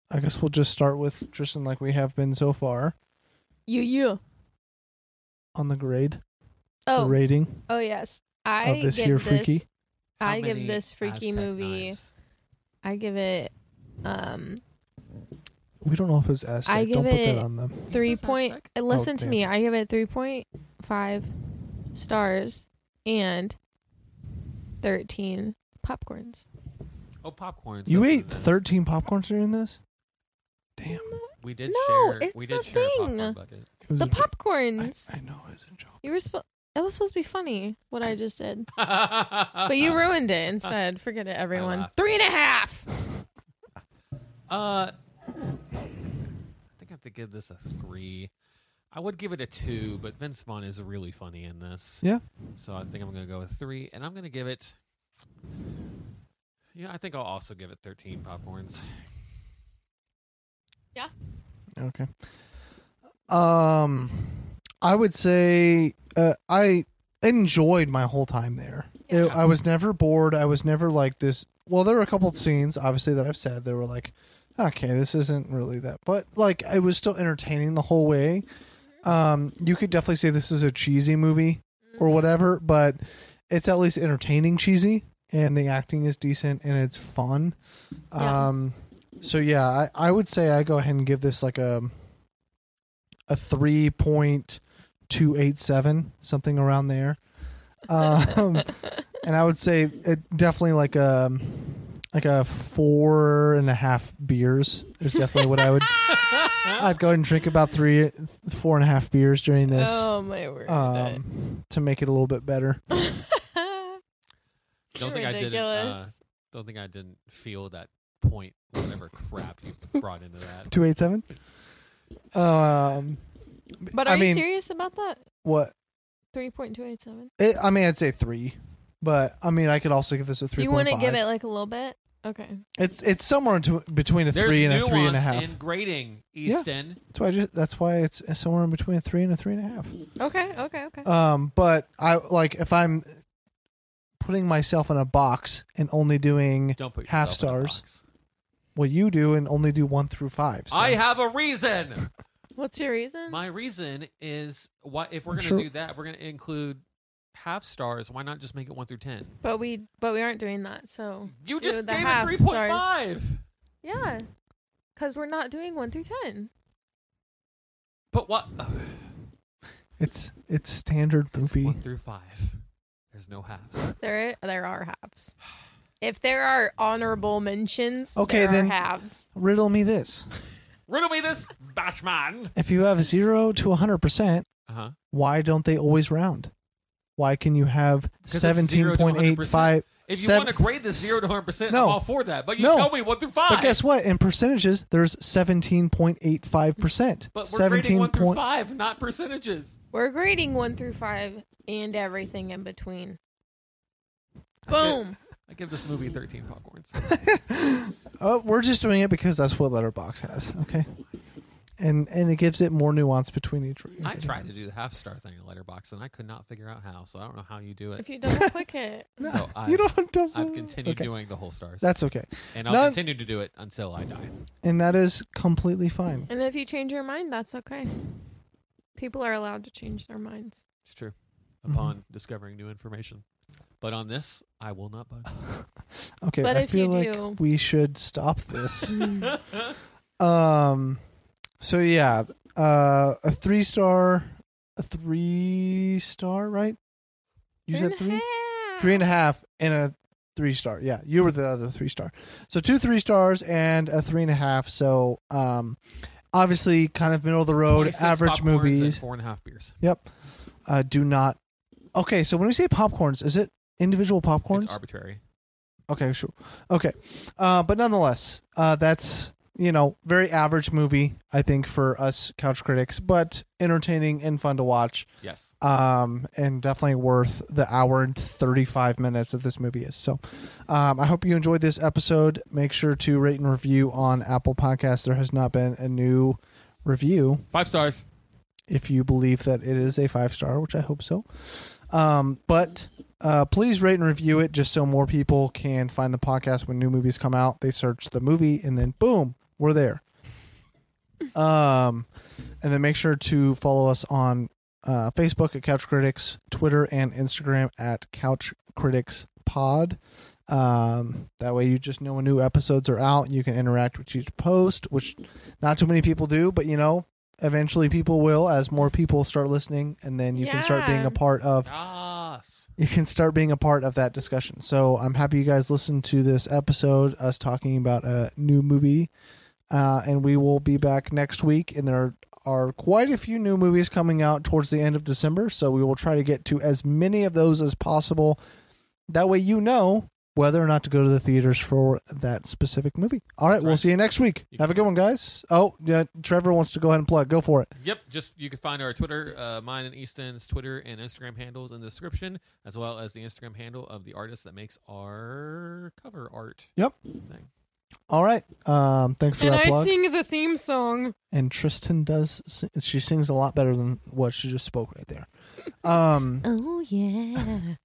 I guess we'll just start with Tristan, like we have been so far you you. on the grade, the Oh rating. oh yes. I Of this give here this freaky? How I give many this freaky Aztec movie. knives? I give it um We don't know if it's Aztec. I give don't put that it- on them. You said three it's point Aztec? uh, listen to damn. me. I give it three point five stars and thirteen popcorns. Oh, popcorn. You ate 13 popcorns during this? Damn. We did No, share. it's we did the share a popcorn thing. bucket. It was The a jo- popcorns. I, I know it was a joke. You were supposed that was supposed to be funny what I just did. But you ruined it instead. Forget it, everyone. laughed. Three and a half. Uh, I think I have to give this a three. I would give it a two, but Vince Vaughn is really funny in this. Yeah. So I think I'm going to go with three, and I'm going to give it. Yeah, I think I'll also give it 13 popcorns. Okay. Um, I would say uh, I enjoyed my whole time there. It- Yeah. I was never bored. I was never like this. Well, there were a couple of scenes, obviously, that I've said that were like, okay, this isn't really that, but like it was still entertaining the whole way. Mm-hmm. Um, you could definitely say this is a cheesy movie or whatever, but it's at least entertaining cheesy, and the acting is decent and it's fun. Yeah. Um, so yeah, I, I would say I go ahead and give this like a a three point two eight seven, something around there. Oh, Um, and I would say it definitely like a like a four and a half beers is definitely what I would. I'd go ahead and drink about three, four and a half beers during this Oh my word. um, to make it a little bit better. Don't think I didn't. Uh, Ridiculous. don't think I didn't feel that point whatever crap you brought into that. Two eight seven. Um, but are I you mean, serious about that? what? Three point two eight seven. It, I mean, I'd say three, but I mean, I could also give this a three. You wouldn't give it like a little bit? Okay. It's it's somewhere into, between a There's three and a nuance three and a half. in grading, Easton. That's why I just, that's why it's somewhere in between a three and a three and a half. Okay, okay, okay. Um, but I like if I'm putting myself in a box and only doing Don't put Half yourself in a stars. box. what you do and only do one through five. So. I have a reason. What's your reason? My reason is why if we're I'm going to sure- do that, if we're going to include half stars. Why not just make it one through ten? but we but we aren't doing that, Oh, so You Do just the gave it half three point five. yeah. Cause we're not doing one through ten. But what? Oh, it's it's standard It's movie. one through five. There's no halves. There there are halves. If there are honorable mentions, Okay, there then- are halves. Riddle me this: Riddle me this, Batman. if you have zero to hundred percent, Uh huh. why don't they always round? Why can you have it's zero seventeen to point eight 100%. five? If you Seven- want to grade this zero to hundred percent, No. I'm all for that. But you No. tell me one through five. But guess what? In percentages, there's seventeen point eight five percent. But we're grading one through five, not percentages. We're grading one through five and everything in between. I gi- Boom. I give this movie thirteen popcorns. Oh, we're just doing it because that's what Letterbox has. Okay, and and it gives it more nuance between each. I tried to do the half star thing in Letterbox, and I could not figure out how. So I don't know how you do it. If you double click it, No, so I've, you don't. don't I've continued okay. doing the whole stars, That's okay, and I'll none- continue to do it until I die. and that is completely fine. and if you change your mind, that's okay. People are allowed to change their minds. It's true. Upon discovering new information, but on this, I will not budge. Mm-hmm. Okay, But I if feel you like do- we should stop this. Mm. um, so yeah, uh, a three star, a three star, right? You Three said and a three, half. three and a half, and a three star. Yeah, you were the other three star. So two three stars and a three and a half. So um, obviously, kind of middle of the road, 26 average popcorns and movies. four and a half beers. Uh, do not. Okay, so when we say popcorns, is it individual popcorns? It's arbitrary. Okay, sure. Okay, uh, but nonetheless, uh, that's you know very average movie I think for us couch critics, but entertaining and fun to watch, Yes. um, and definitely worth the hour and thirty five minutes that this movie is. So, um, I hope you enjoyed this episode. Make sure to rate and review on Apple Podcasts. There has not been a new review Five stars. if you believe that it is a five star, which I hope so. Um, but uh, please rate and review it just so more people can find the podcast when new movies come out. They search the movie and then boom, we're there. Um, and then make sure to follow us on uh, Facebook at Couch Critics, Twitter and Instagram at Couch Critics Pod. Um, that way you just know when new episodes are out. You can interact with each post, which not too many people do, but you know, eventually people will as more people start listening, and then you can start being Yeah. a part of Yes. you can start being a part of that discussion. So I'm happy you guys listened to this episode, us talking about a new movie. Uh, and we will be back next week. And there are quite a few new movies coming out towards the end of December. So we will try to get to as many of those as possible. That way, you know whether or not to go to the theaters for that specific movie. All right, That's we'll right. see you next week. You Have a good one, guys. Oh, yeah, Trevor wants to go ahead and plug. Go for it. Yep. Just you can find our Twitter, uh, mine and Easton's Twitter and Instagram handles in the description, as well as the Instagram handle of the artist that makes our cover art. Yep. Thing. All right. Um, thanks for And that I plug. sing the theme song. and Tristan does si- she sings a lot better than what she just spoke right there. Um Oh, yeah.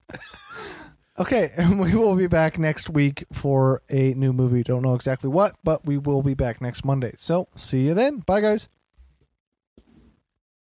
okay, and we will be back next week for a new movie. Don't know exactly what, but we will be back next Monday. So, see you then. Bye guys.